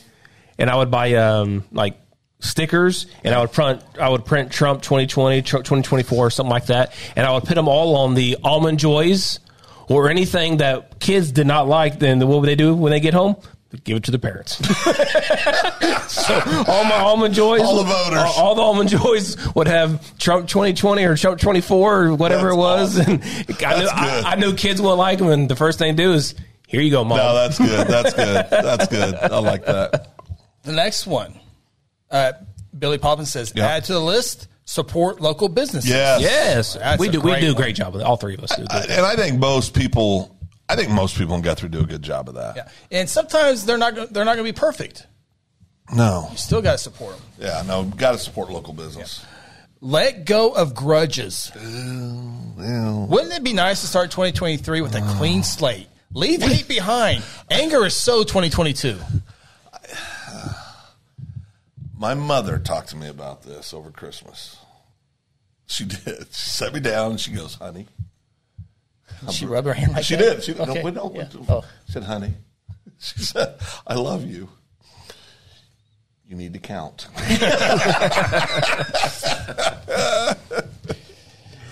Speaker 3: and I would buy um like stickers and I would print I would print Trump 2020 Trump 2024 or something like that and I would put them all on the almond joys or anything that kids did not like then what would they do when they get home give it to the parents so all my almond joys
Speaker 2: All the voters.
Speaker 3: all- all the almond joys would have Trump 2020 or Trump 24 or whatever
Speaker 2: That's
Speaker 3: it was. And I knew,
Speaker 2: That's
Speaker 3: I,
Speaker 2: good.
Speaker 3: I knew kids would like them. And the first thing they do is, here you go, mom.
Speaker 2: No, that's good. That's good. That's good. I like that.
Speaker 1: The next one, uh, Billy Poppins says,
Speaker 2: Yeah.
Speaker 1: add to the list, support local businesses.
Speaker 2: Yes.
Speaker 3: yes.
Speaker 1: That's
Speaker 3: we
Speaker 1: a
Speaker 3: do. We
Speaker 1: great
Speaker 3: do a
Speaker 1: one.
Speaker 3: great job with it. All three of us do.
Speaker 2: I- And I think most people, I think most people in Guthrie do a good job of that.
Speaker 1: Yeah. And sometimes they're not gonna- they're not going to be perfect.
Speaker 2: No.
Speaker 1: Still got to support them.
Speaker 2: Yeah, no. Got to support local business.
Speaker 1: Let go of grudges.
Speaker 2: Yeah.
Speaker 1: Wouldn't it be nice to start 2023 with a
Speaker 2: Ah.
Speaker 1: clean slate? Leave hate behind. Anger is so 2022.
Speaker 2: My mother talked to me about this over Christmas. She did. She sat me down and she goes, honey.
Speaker 1: She rubbed her hand like
Speaker 2: She
Speaker 1: that?
Speaker 2: did. She no,
Speaker 1: Okay.
Speaker 2: we don't.
Speaker 1: Yeah.
Speaker 2: She
Speaker 1: Oh.
Speaker 2: said, honey, she said, I love you. You need to count.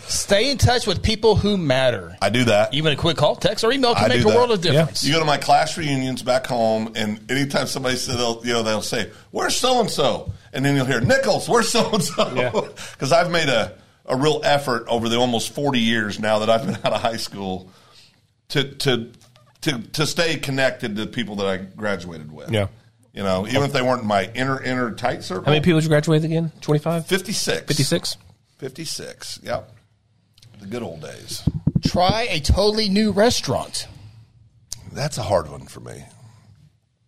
Speaker 1: Stay in touch with people who matter.
Speaker 2: I do that.
Speaker 1: Even a quick call, text, or email can
Speaker 2: I
Speaker 1: make a
Speaker 2: do that.
Speaker 1: world of difference.
Speaker 2: You go to my class reunions back home, and anytime somebody says, they'll, you know, they'll say, "Where's so and so," and then you'll hear, "Nichols, where's so and
Speaker 3: Yeah.
Speaker 2: so?" Because I've made a a real effort over the almost forty years now that I've been out of high school to to to to stay connected to people that I graduated with.
Speaker 3: Yeah.
Speaker 2: you know, even if they weren't in my inner inner tight circle.
Speaker 3: How many people did you graduate with again? 25?
Speaker 2: 56.
Speaker 3: 56?
Speaker 2: 56. Yep. The good old days.
Speaker 1: Try a totally new restaurant.
Speaker 2: That's a hard one for me.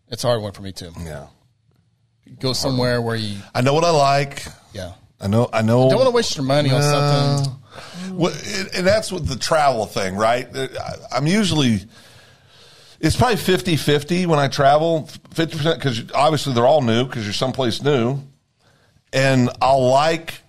Speaker 1: It's a hard one for me too.
Speaker 2: Yeah.
Speaker 1: Go somewhere where you,
Speaker 2: I know what I like.
Speaker 1: yeah.
Speaker 2: I know. I know.
Speaker 1: Don't want to waste your money on something.
Speaker 2: Well, and- and that's with the travel thing, right? Uh, I- I'm usually, it's probably 50 50 when I travel, 50% because obviously they're all new because you're someplace new. And I'll like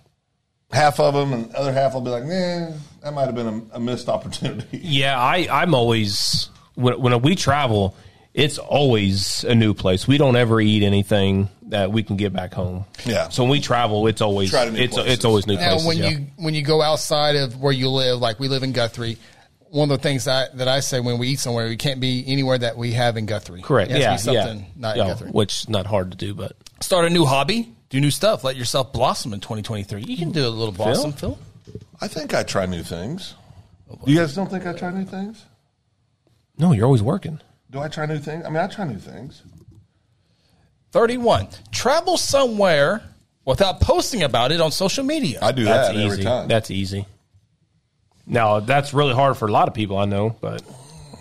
Speaker 2: half of them, and the other half will be like, nah, that might have been a, a missed opportunity.
Speaker 3: Yeah, I, I'm always, when, when we travel, it's always a new place. We don't ever eat anything that we can get back home.
Speaker 2: Yeah.
Speaker 3: So when we travel, it's always
Speaker 2: Try to new
Speaker 3: it's
Speaker 2: places.
Speaker 3: it's always new
Speaker 1: Now,
Speaker 3: places.
Speaker 1: when
Speaker 3: yeah.
Speaker 1: you when you go outside of where you live, like we live in Guthrie, one of the things that I, that I say when we eat somewhere, we can't be anywhere that we have in Guthrie.
Speaker 3: Correct.
Speaker 1: It has
Speaker 3: Yeah.
Speaker 1: to be something
Speaker 3: yeah.
Speaker 1: not in
Speaker 3: yeah.
Speaker 1: Guthrie.
Speaker 3: Which not hard to do, but
Speaker 1: Start a new hobby, do new stuff, let yourself blossom in 2023. You can do a little blossom, Phil.
Speaker 2: I think I try new things. You guys don't think I try new things?
Speaker 3: no, you're always working.
Speaker 2: Do I try new things? I mean, I try new things.
Speaker 1: 31. Travel somewhere without posting about it on social media.
Speaker 2: I do
Speaker 3: That's
Speaker 2: that
Speaker 3: easy.
Speaker 2: every time.
Speaker 3: That's easy. Now that's really hard for a lot of people I know, but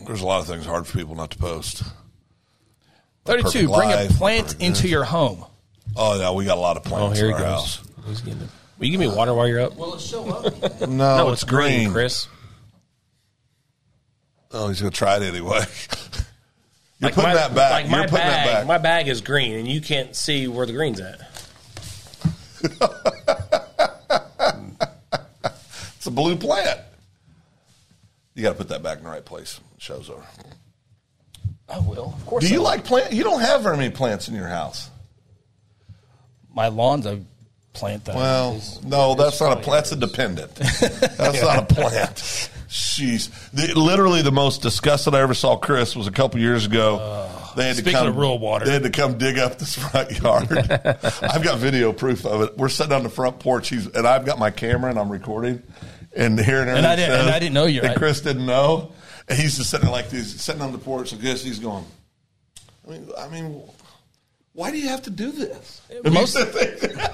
Speaker 2: There's a lot of things hard for people not to post.
Speaker 1: 32.
Speaker 2: perfect
Speaker 1: Bring
Speaker 2: life,
Speaker 1: a plant
Speaker 2: perfect
Speaker 1: into
Speaker 2: this.
Speaker 1: your home.
Speaker 2: Oh, yeah, we got a lot of
Speaker 3: oh,
Speaker 2: plans
Speaker 3: here he
Speaker 2: in our
Speaker 3: goes.
Speaker 2: house.
Speaker 3: He's getting it. Will you give me water while you're up?
Speaker 1: Will it show up?
Speaker 2: No,
Speaker 3: no, it's green, Chris.
Speaker 2: Oh, he's gonna try it anyway. You're
Speaker 3: Like
Speaker 2: putting
Speaker 3: my-
Speaker 2: that back.
Speaker 3: Like
Speaker 2: You're
Speaker 3: my
Speaker 2: putting
Speaker 3: bag,
Speaker 2: that back.
Speaker 3: my bag is green, and you can't see where the green's at.
Speaker 2: it's a blue plant. You got to put that back in the right place. Show's over.
Speaker 1: I will. Of course.
Speaker 2: Do
Speaker 1: I
Speaker 2: you
Speaker 1: will.
Speaker 2: like plant? You don't have very many plants in your house.
Speaker 1: my lawns? I plant that.
Speaker 2: Well, no, that's not a plant. That's a dependent. That's not a plant. Jeez, the, literally the most disgusted I ever saw Chris was a couple years ago. they had
Speaker 1: speaking of real water.
Speaker 2: They had to come dig up this front yard. I've got video proof of it. We're sitting on the front porch. He's and I've got my camera and I'm recording and hearing.
Speaker 1: And I didn't-
Speaker 2: everything
Speaker 1: and
Speaker 2: said,
Speaker 1: I didn't know you,
Speaker 2: And
Speaker 1: right?
Speaker 2: Chris didn't know. And he's just sitting there like this, sitting on the porch. And Chris, he's going. I mean, I mean, why do you have to do this?
Speaker 1: most-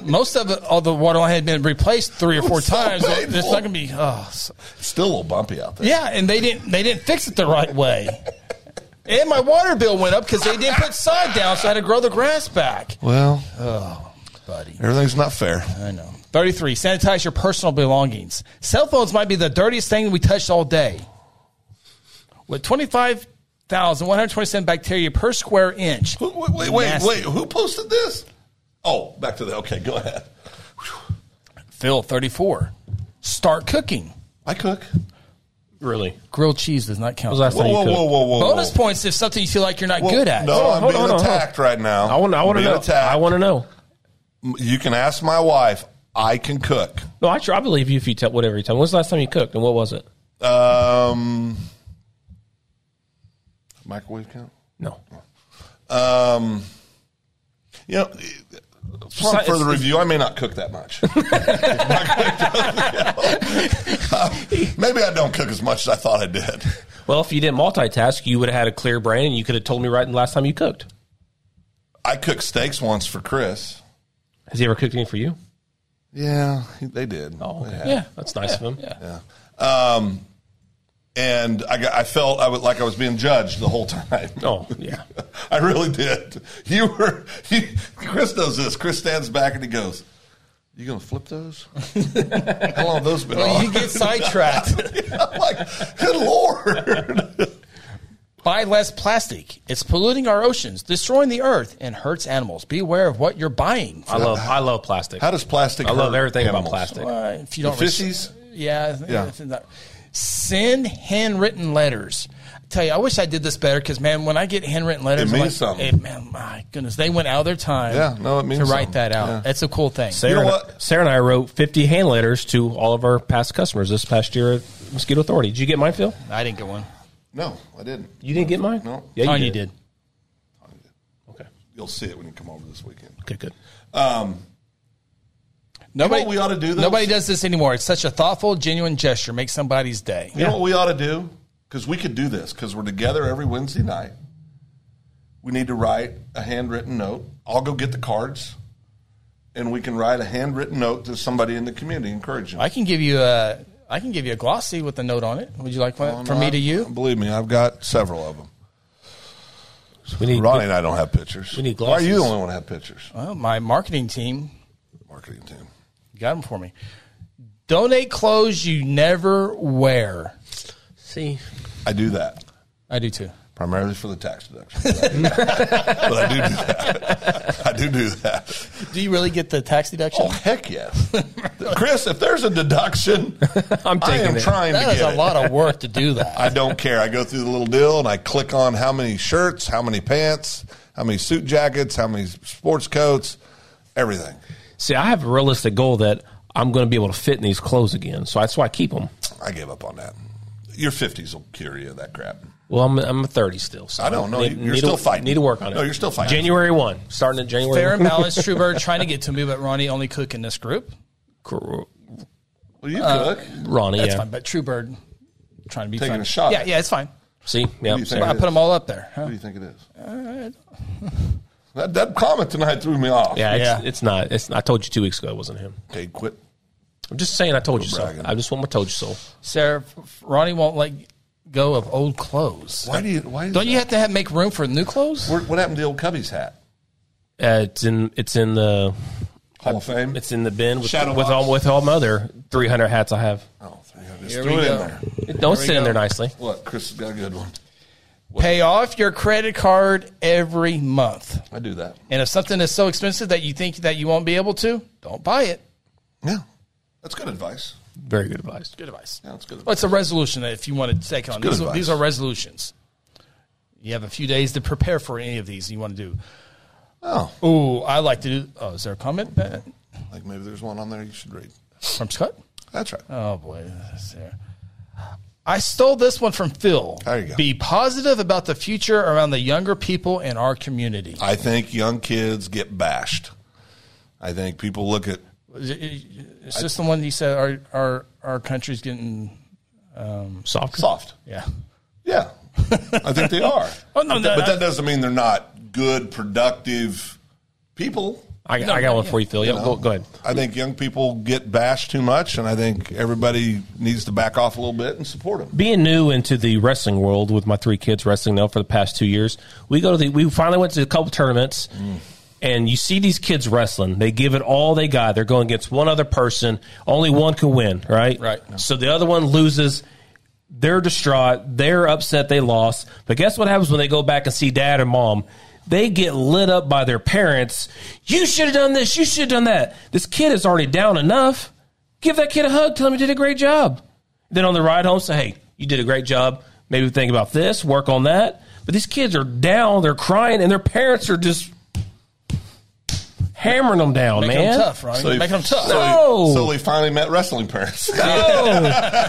Speaker 1: Most of it, all the water line had been replaced three or four
Speaker 2: so
Speaker 1: times. It's
Speaker 2: painful.
Speaker 1: not going to be. Oh, so-
Speaker 2: Still a little bumpy out there.
Speaker 1: yeah, and they didn't. They didn't fix it the right way. and my water bill went up because they didn't put sod down, so I had to grow the grass back.
Speaker 2: Well, Oh,
Speaker 1: Buddy,
Speaker 2: everything's not fair.
Speaker 1: I know. Thirty-three. Sanitize your personal belongings. Cell phones might be the dirtiest thing we touched all day. With twenty-five 1,127 bacteria per square inch.
Speaker 2: Who- Wait, wait, wait,
Speaker 1: Nasty.
Speaker 2: wait. Who posted this? Oh, back to the. Okay, go ahead.
Speaker 1: Phil, 34. Start cooking.
Speaker 2: I cook.
Speaker 3: Really?
Speaker 1: Grilled cheese does not count.
Speaker 3: Was last
Speaker 2: Whoa,
Speaker 3: thing you
Speaker 2: whoa,
Speaker 3: cooked?
Speaker 2: whoa, whoa, whoa.
Speaker 1: Bonus
Speaker 2: whoa.
Speaker 1: points if something you feel like you're not good at.
Speaker 2: No, I'm
Speaker 3: hold
Speaker 2: being
Speaker 3: on, hold on.
Speaker 2: attacked right now.
Speaker 3: I want. I want to
Speaker 2: Being
Speaker 3: know.
Speaker 2: Attacked.
Speaker 3: I want to know.
Speaker 2: You can ask my wife. I can cook.
Speaker 3: No, I sure. I believe you if you tell whatever you tell. me. When's the last time you cooked and what was it?
Speaker 2: Um, microwave count.
Speaker 3: No.
Speaker 2: Um, you know, for
Speaker 3: it's-
Speaker 2: further review, I may not cook that much. Maybe I don't cook as much as I thought I did.
Speaker 3: Well, if you didn't multitask, you would have had a clear brain and you could have told me right the last time you cooked.
Speaker 2: I cooked steaks once for Chris.
Speaker 3: Has he ever cooked anything for you?
Speaker 2: Yeah, he- they did.
Speaker 3: Oh, okay.
Speaker 1: Yeah.
Speaker 3: That's nice of him. Yeah.
Speaker 2: Um, and I, got, I felt I was, like I was being judged the whole time.
Speaker 3: Oh, yeah.
Speaker 2: I really did. You were. You, Chris knows this. Chris stands back and he goes, "You gonna flip those? How long have those been
Speaker 1: Well,
Speaker 2: on?"
Speaker 1: you get sidetracked.
Speaker 2: I'm like, "Good lord!"
Speaker 1: Buy less plastic. It's polluting our oceans, destroying the earth, and hurts animals. Beware of what you're buying.
Speaker 3: I love. I love plastic.
Speaker 2: How does plastic?
Speaker 3: I love
Speaker 2: hurt
Speaker 3: everything
Speaker 2: animals?
Speaker 3: about plastic.
Speaker 1: Uh, if you don't,
Speaker 2: The
Speaker 1: rec-
Speaker 2: fishies?
Speaker 1: yeah,
Speaker 2: Yeah.
Speaker 1: it's not- send handwritten letters. I tell you, I wish I did this better because man, when I get handwritten letters,
Speaker 2: It
Speaker 1: I'm
Speaker 2: means
Speaker 1: like,
Speaker 2: something.
Speaker 1: hey, man, my goodness, they went out of their time.
Speaker 2: Yeah, no, it means
Speaker 1: to write
Speaker 2: something.
Speaker 1: that out.
Speaker 2: Yeah.
Speaker 1: That's a cool thing.
Speaker 3: Sarah,
Speaker 2: You know
Speaker 3: And,
Speaker 2: what?
Speaker 3: Sarah and I wrote 50 hand letters to all of our past customers this past year at Mosquito Authority. Did you get mine, Phil?
Speaker 1: I didn't get one.
Speaker 2: No, I didn't.
Speaker 3: You didn't get mine?
Speaker 2: No.
Speaker 3: Yeah, you,
Speaker 1: Tanya
Speaker 3: did.
Speaker 1: did.
Speaker 3: Okay.
Speaker 2: You'll see it when you come over this weekend.
Speaker 3: Okay, good.
Speaker 1: Nobody,
Speaker 2: what we oughta do, though?
Speaker 1: Nobody does this anymore. It's such a thoughtful, genuine gesture. Makes somebody's day.
Speaker 2: You know what we ought to do? Because we could do this. Because we're together every Wednesday night. We need to write a handwritten note. I'll go get the cards, and we can write a handwritten note to somebody in the community, encouraging.
Speaker 1: I can give you a. I can give you a glossy with a note on it. Would you like one
Speaker 2: them.
Speaker 1: from me to you?
Speaker 2: Uh, Believe me, I've got several of them.
Speaker 3: We need.
Speaker 2: Ronnie and I don't have pictures.
Speaker 3: We need
Speaker 2: Why are you
Speaker 3: glasses.
Speaker 2: the only one that have pictures?
Speaker 1: Well, my marketing team
Speaker 2: Marketing team.
Speaker 1: got them for me. Donate clothes you never wear.
Speaker 3: See.
Speaker 2: I do that
Speaker 1: I do too.
Speaker 2: primarily for the tax deduction. but I do do that. I do do that.
Speaker 1: Do you really get the tax deduction?
Speaker 2: Oh heck yes, Chris. If there's a deduction, I'm
Speaker 3: taking it.
Speaker 2: trying to
Speaker 1: that
Speaker 2: get
Speaker 1: is a
Speaker 2: it.
Speaker 1: lot of work to do that.
Speaker 2: I don't care. I go through the little deal and I click on how many shirts, how many pants, how many suit jackets, how many sports coats, everything.
Speaker 3: See, I have a realistic goal that I'm going to be able to fit in these clothes again. So that's why I keep them.
Speaker 2: I gave up on that. Your fifties will cure you of that crap.
Speaker 3: Well, I'm I'm 30 still. So
Speaker 2: I don't know.
Speaker 3: Need-
Speaker 2: You're
Speaker 3: need
Speaker 2: still
Speaker 3: to,
Speaker 2: fighting.
Speaker 3: Need to work on it.
Speaker 2: No, you're still fighting.
Speaker 3: January one, starting in January.
Speaker 1: Fair
Speaker 3: 1.
Speaker 1: and balanced, Truebird trying to get to me, but Ronnie only cook in this group.
Speaker 3: Cor-
Speaker 2: Well, you cook.
Speaker 3: Ronnie,
Speaker 1: That's
Speaker 3: Uh, yeah.
Speaker 1: fine, but Truebird trying to be
Speaker 2: Taking
Speaker 1: fun.
Speaker 2: a shot.
Speaker 1: Yeah, yeah, it's fine.
Speaker 3: See, yeah.
Speaker 2: you
Speaker 3: Sarah.
Speaker 2: think?
Speaker 1: I
Speaker 2: is.
Speaker 1: put them all up there.
Speaker 2: Who
Speaker 1: Huh?
Speaker 2: do you think it is? That, that comment tonight threw me off.
Speaker 3: Yeah, it's,
Speaker 1: Yeah.
Speaker 3: it's not. It's. I told you two weeks ago it wasn't him.
Speaker 2: Okay, quit.
Speaker 3: I'm just saying I told you so.
Speaker 2: bragging.
Speaker 3: I just want my told you so.
Speaker 1: Sarah, Ronnie won't let go of old clothes.
Speaker 2: Why do you? Why
Speaker 1: Don't you have to have, make room for new clothes?
Speaker 2: Where- What happened to the old Cubby's hat?
Speaker 3: Uh, it's in. It's in the.
Speaker 2: Hall of Fame.
Speaker 3: It's in the bin with
Speaker 2: Shadow
Speaker 3: with
Speaker 2: box.
Speaker 3: all with all my other 300 hats I have.
Speaker 2: oh, three hundred. Just
Speaker 1: Here
Speaker 2: threw
Speaker 1: we
Speaker 2: it
Speaker 1: go.
Speaker 2: in there.
Speaker 3: It don't sit in there nicely.
Speaker 2: Look, Chris has got a good one.
Speaker 1: Pay off your credit card every month.
Speaker 2: I do that.
Speaker 1: And if something is so expensive that you think that you won't be able to, don't buy it.
Speaker 2: Yeah, that's good advice.
Speaker 3: Very good advice.
Speaker 1: Good advice.
Speaker 2: Yeah, that's good.
Speaker 1: Well, it's a resolution that if you want to take on.
Speaker 2: good
Speaker 1: These are,
Speaker 2: advice.
Speaker 1: these are resolutions. You have a few days to prepare for any of these you want to do.
Speaker 2: Oh,
Speaker 1: Ooh, I like to do. Oh, is there a comment uh,
Speaker 2: like maybe there's one on there you should read.
Speaker 1: from Scott?
Speaker 2: That's right.
Speaker 1: Oh, boy. that's there. I stole this one from Phil.
Speaker 2: There you go.
Speaker 1: Be positive about the future around the younger people in our community.
Speaker 2: I think young kids get bashed. I think people look at
Speaker 1: Is this the one you said our, our, our country's getting.
Speaker 3: Soft.
Speaker 2: soft.
Speaker 1: Yeah.
Speaker 2: Yeah, I think they are.
Speaker 1: Oh, no,
Speaker 2: but,
Speaker 1: no,
Speaker 2: that, but
Speaker 1: I-
Speaker 2: that doesn't mean they're not good, productive people.
Speaker 3: I, I got one for you, Phil. Yeah,
Speaker 2: No.
Speaker 3: go, go ahead.
Speaker 2: I think young people get bashed too much, and I think everybody needs to back off a little bit and support them.
Speaker 3: being new into the wrestling world with my three kids wrestling now for the past two years, we go to the we finally went to a couple tournaments,
Speaker 2: Mm.
Speaker 3: and you see these kids wrestling. They give it all they got. They're going against one other person. Only one can win, right?
Speaker 1: Right.
Speaker 3: So the other one loses. They're distraught. They're upset they lost. But guess what happens when they go back and see dad or mom? They get lit up by their parents. You should have done this. You should have done that. This kid is already down enough. Give that kid a hug. Tell him you did a great job. Then on the ride home, say, hey, you did a great job. Maybe think about this, work on that. But these kids are down. They're crying, and their parents are just hammering them down,
Speaker 1: Making
Speaker 3: man.
Speaker 1: them tough, right?
Speaker 2: he-
Speaker 1: Making them tough.
Speaker 2: So,
Speaker 3: No.
Speaker 2: he, so he finally met wrestling parents.
Speaker 3: no,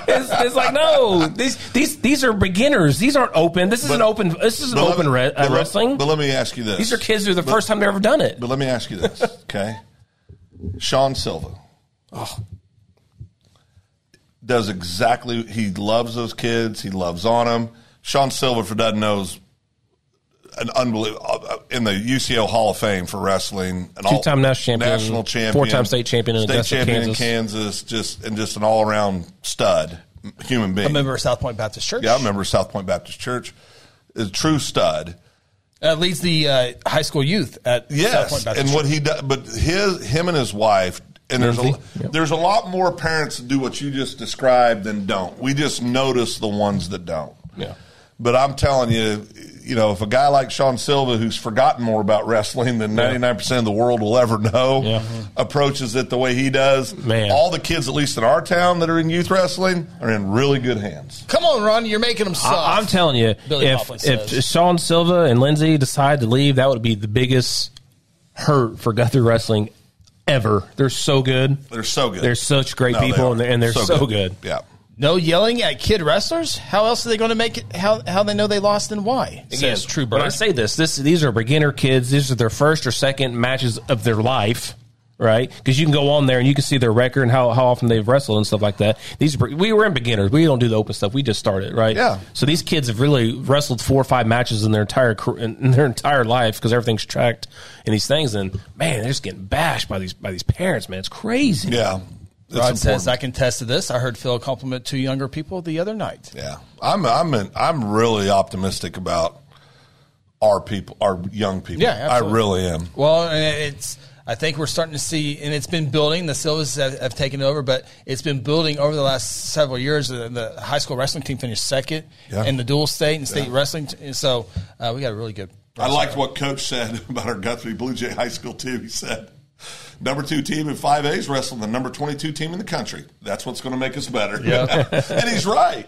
Speaker 3: it's, it's like no. These these these are beginners. These aren't open. This is an open. This is an
Speaker 2: But let
Speaker 3: open
Speaker 2: me-
Speaker 3: re- uh,
Speaker 2: but let-
Speaker 3: wrestling.
Speaker 2: But let me ask you this:
Speaker 3: These are kids who are the first time they've ever done it.
Speaker 2: But let me ask you this, okay? Sean Silva. Does exactly he loves those kids. He loves on them. Sean Silva, for doesn't knows, an unbelievable in the UCO Hall of Fame for wrestling, an all-
Speaker 3: Two-time national champion,
Speaker 2: national champion,
Speaker 3: four-time state champion in
Speaker 2: state
Speaker 3: Augusta,
Speaker 2: champion in
Speaker 3: Kansas.
Speaker 2: Kansas, just and just an all around stud human being.
Speaker 1: a member of South Point Baptist Church.
Speaker 2: yeah, I remember South Point Baptist Church, a true stud.
Speaker 1: Uh, leads the uh, high school youth at South Point
Speaker 2: Yes,
Speaker 1: Baptist
Speaker 2: and
Speaker 1: Church.
Speaker 2: what he does, but his him and his wife, and there's a
Speaker 3: Lindsay, yep.
Speaker 2: there's a lot more parents that do what you just described than don't. We just notice the ones that don't.
Speaker 3: Yeah.
Speaker 2: But I'm telling you, you know, if a guy like Sean Silva, who's forgotten more about wrestling than 99% of the world will ever know,
Speaker 3: Yeah.
Speaker 2: approaches it the way he does,
Speaker 3: Man.
Speaker 2: all the kids, at least in our town, that are in youth wrestling, are in really good hands.
Speaker 1: Come on, Ron, you're making them soft.
Speaker 3: I, am telling you,
Speaker 1: Billy Poplin
Speaker 3: if if
Speaker 1: says.
Speaker 3: Sean Silva and Lindsay decide to leave, that would be the biggest hurt for Guthrie wrestling ever. They're so good.
Speaker 2: They're so good.
Speaker 3: They're such great
Speaker 2: No, they
Speaker 3: people,
Speaker 2: are.
Speaker 3: and they're, and they're so, good.
Speaker 2: Yeah.
Speaker 1: No yelling at kid wrestlers. How else are they going to make it? How how they know they lost and why?
Speaker 3: Again,
Speaker 1: Says True
Speaker 3: When I
Speaker 1: Bird.
Speaker 3: say this, this these are beginner kids. These are their first or second matches of their life, right? Because you can go on there and you can see their record and how, how often they've wrestled and stuff like that. These are, we were in beginners. We don't do the open stuff. We just started, right?
Speaker 2: Yeah.
Speaker 3: So these kids have really wrestled four or five matches in their entire car- in, in their entire life because everything's tracked in these things. And man, they're just getting bashed by these by these parents. Man, it's crazy.
Speaker 2: Yeah. It's
Speaker 1: Rod says
Speaker 2: important.
Speaker 1: I can test to this. I heard Phil compliment two younger people the other night.
Speaker 2: Yeah, I'm I'm in, I'm really optimistic about our people, our young people.
Speaker 1: Yeah,
Speaker 2: I
Speaker 1: absolutely.
Speaker 2: really am.
Speaker 1: Well, and it's. I think we're starting to see, and it's been building. The Silvas have, have taken over, but it's been building over the last several years. The, the high school wrestling team finished second
Speaker 2: Yeah.
Speaker 1: in the dual state and state
Speaker 2: Yeah.
Speaker 1: wrestling. T- and so uh, we got a really good.
Speaker 2: I liked what Coach said about our Guthrie Blue Jay High School team. He said, "Number two team in five A's wrestling the number twenty two team in the country. That's what's going to make us better." Yeah, and he's right.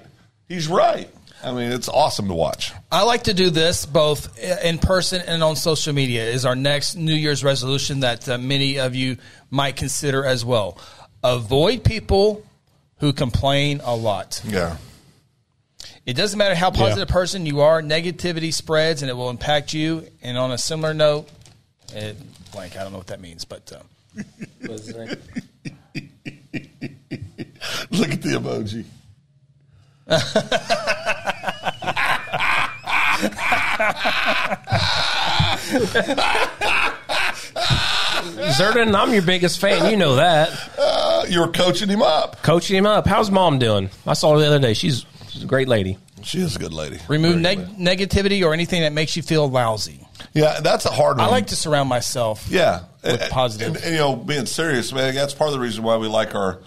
Speaker 2: He's right. I mean, it's awesome to watch.
Speaker 1: I like to do this both i- in person and on social media. Is our next New Year's resolution that uh, many of you might consider as well. Avoid people who complain a lot.
Speaker 2: Yeah,
Speaker 1: It doesn't matter how positive a person you are, negativity spreads and it will impact you. And on a similar note, it, blank, I don't know what that means, but uh,
Speaker 2: look at the emoji.
Speaker 3: Zerdan, I'm your biggest fan. You know that.
Speaker 2: Uh, you're coaching him up.
Speaker 3: Coaching him up. How's mom doing? I saw her the other day. She's, she's a great lady.
Speaker 2: She is a good lady.
Speaker 1: remove
Speaker 2: Very
Speaker 1: neg-
Speaker 2: good.
Speaker 1: negativity or anything that makes you feel lousy.
Speaker 2: Yeah, that's a hard
Speaker 3: Um,
Speaker 2: one.
Speaker 1: I like to surround myself.
Speaker 2: Yeah,
Speaker 1: With
Speaker 2: And-
Speaker 1: positive.
Speaker 2: And, and, you know, being serious, man. That's part of the reason why we like our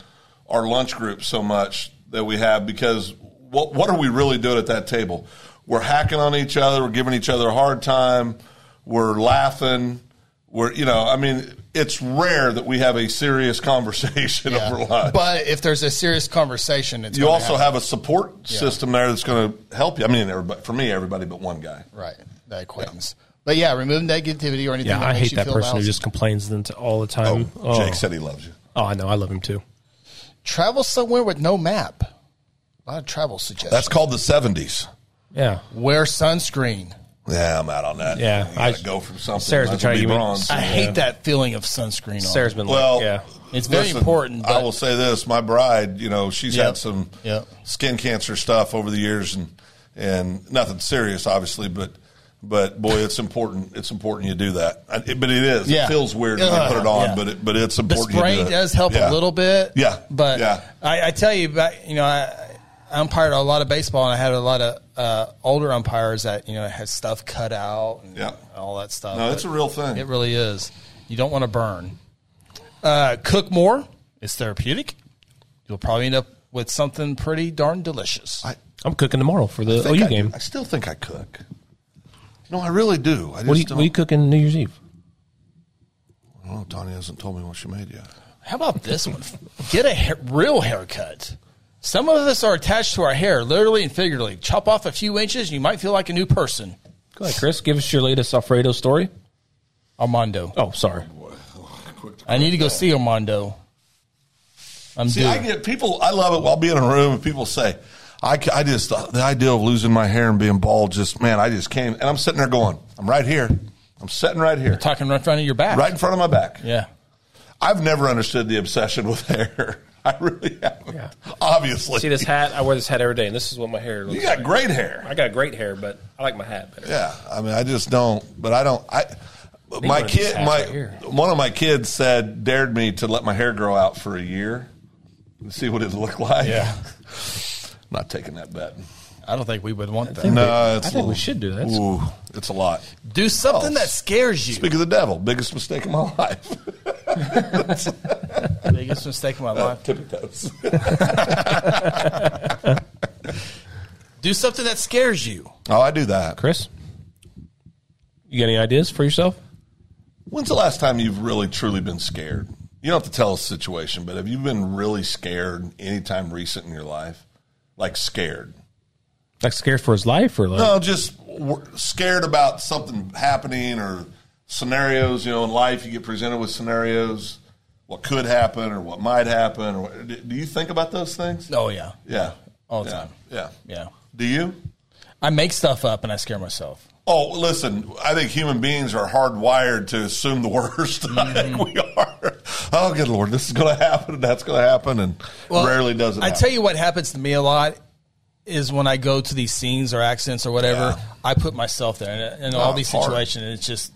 Speaker 2: our lunch group so much that we have because what what are we really doing at that table? We're hacking on each other. We're giving each other a hard time. We're laughing. We're you know, I mean, it's rare that we have a serious conversation over lunch.
Speaker 1: But if there's a serious conversation, it's
Speaker 2: you
Speaker 1: gonna
Speaker 2: also
Speaker 1: happen.
Speaker 2: have a support system there that's going to help you. I mean, everybody, for me, everybody but one guy.
Speaker 1: right that acquaintance. But yeah, remove negativity or anything.
Speaker 3: Yeah,
Speaker 1: that
Speaker 3: I
Speaker 1: makes
Speaker 3: hate
Speaker 1: you
Speaker 3: that
Speaker 1: feel
Speaker 3: person who
Speaker 1: lousy.
Speaker 3: just complains them to- all the time. Oh,
Speaker 2: Jake said he loves you.
Speaker 3: Oh, I know. I love him too.
Speaker 1: travel somewhere with no map. A lot of travel suggestions.
Speaker 2: That's called the seventies.
Speaker 3: Yeah.
Speaker 1: Wear sunscreen.
Speaker 2: Yeah, I'm out on that.
Speaker 3: Yeah,
Speaker 2: you gotta
Speaker 3: I-
Speaker 2: go from something.
Speaker 3: Sarah's
Speaker 2: Might
Speaker 3: been trying
Speaker 2: as
Speaker 3: to
Speaker 2: well
Speaker 3: give
Speaker 2: be
Speaker 3: me-
Speaker 2: bronze.
Speaker 1: I
Speaker 3: Yeah.
Speaker 1: hate that feeling of sunscreen. On.
Speaker 3: Sarah's been
Speaker 2: well,
Speaker 3: like, yeah.
Speaker 1: It's very important,
Speaker 2: I
Speaker 1: but-
Speaker 2: will say this: my bride, you know, she's
Speaker 1: Yep.
Speaker 2: had some
Speaker 1: Yep.
Speaker 2: skin cancer stuff over the years, and and nothing serious, obviously, but. But boy, it's important. It's important you do that. I- It, but it is.
Speaker 1: Yeah.
Speaker 2: It feels weird when you
Speaker 1: Ugh,
Speaker 2: put it on,
Speaker 1: yeah.
Speaker 2: but it, but it's
Speaker 1: the
Speaker 2: important.
Speaker 1: spray
Speaker 2: you do it.
Speaker 1: does help
Speaker 2: Yeah.
Speaker 1: a little bit.
Speaker 2: Yeah.
Speaker 1: but
Speaker 2: Yeah.
Speaker 1: I, I tell you, but you know, I, I umpired a lot of baseball, and I had a lot of uh, older umpires that you know had stuff cut out and
Speaker 2: Yeah.
Speaker 1: all that stuff.
Speaker 2: No, it's a
Speaker 1: But
Speaker 2: real thing.
Speaker 1: It really is. You don't want to burn. Uh, cook more. It's therapeutic. You'll probably end up with something pretty darn delicious.
Speaker 2: I,
Speaker 3: I'm cooking tomorrow for the
Speaker 2: think
Speaker 3: OU
Speaker 2: I-
Speaker 3: Oh, game.
Speaker 2: I still think I cook. No, I really do. I just
Speaker 3: What are, you,
Speaker 2: don't.
Speaker 3: what are you cooking New Year's Eve?
Speaker 2: I don't know, Tanya hasn't told me what she made yet.
Speaker 1: How about this one? Get a ha- real haircut. Some of us are attached to our hair, literally and figuratively. Chop off a few inches, and you might feel like a new person.
Speaker 3: Go ahead, Chris. Give us your latest Alfredo story.
Speaker 1: Armando,
Speaker 3: Oh, sorry.
Speaker 1: I need to go see Armando. I'm
Speaker 2: See,
Speaker 1: due.
Speaker 2: I get people. I love it. While being in a room, and people say, I, ca- "I just the idea of losing my hair and being bald." Just man, I just came, and I'm sitting there going, "I'm right here. I'm sitting right here,
Speaker 1: talking right in front of your back.
Speaker 2: right in front of my back."
Speaker 1: Yeah.
Speaker 2: I've never understood the obsession with hair. I really haven't.
Speaker 3: Yeah.
Speaker 2: Obviously,
Speaker 3: See this hat? I wear this hat every day, and this is what my hair looks
Speaker 2: you got
Speaker 3: like.
Speaker 2: great hair.
Speaker 3: I got great hair, but I like my hat better.
Speaker 2: Yeah, I mean, I just don't. But I don't. I my
Speaker 3: one of these
Speaker 2: kid,
Speaker 3: hats
Speaker 2: my
Speaker 3: right here.
Speaker 2: one of my kids said dared me to let my hair grow out for a year and see what it looked like.
Speaker 1: Yeah.
Speaker 2: not taking that bet.
Speaker 1: I don't think we would want that.
Speaker 2: No, it's
Speaker 3: I
Speaker 2: a
Speaker 3: think we should do that. That's-
Speaker 2: Ooh, it's a lot.
Speaker 1: Do something that scares you.
Speaker 2: Speak of the devil, biggest mistake of my life.
Speaker 1: Biggest mistake of my life.
Speaker 2: Tippy toes.
Speaker 1: Do something that scares you.
Speaker 2: oh, I do that.
Speaker 3: Chris, you got any ideas for yourself?
Speaker 2: When's the last time you've really truly been scared? You don't have to tell us the situation, but have you been really scared anytime recent in your life? Like scared?
Speaker 3: Like scared for his life, or like
Speaker 2: No, just w- scared about something happening or scenarios. You know, in life, you get presented with scenarios, what could happen or what might happen. Or what, do- do you think about those things?
Speaker 1: Oh yeah,
Speaker 2: Yeah,
Speaker 1: All the
Speaker 2: Yeah.
Speaker 1: time.
Speaker 2: Yeah.
Speaker 1: yeah.
Speaker 2: Do you?
Speaker 1: I make stuff up and I scare myself.
Speaker 2: Oh, listen, I think human beings are hardwired to assume the worst. I think
Speaker 1: Mm-hmm.
Speaker 2: we are. Oh, good Lord, this is going to happen and that's going to happen, and rarely does it
Speaker 1: I
Speaker 2: happen.
Speaker 1: tell you what happens to me a lot is when I go to these scenes or accidents or whatever.
Speaker 2: Yeah.
Speaker 1: I put myself there in, in all
Speaker 2: Oh,
Speaker 1: these
Speaker 2: it's hard.
Speaker 1: situations. And it's just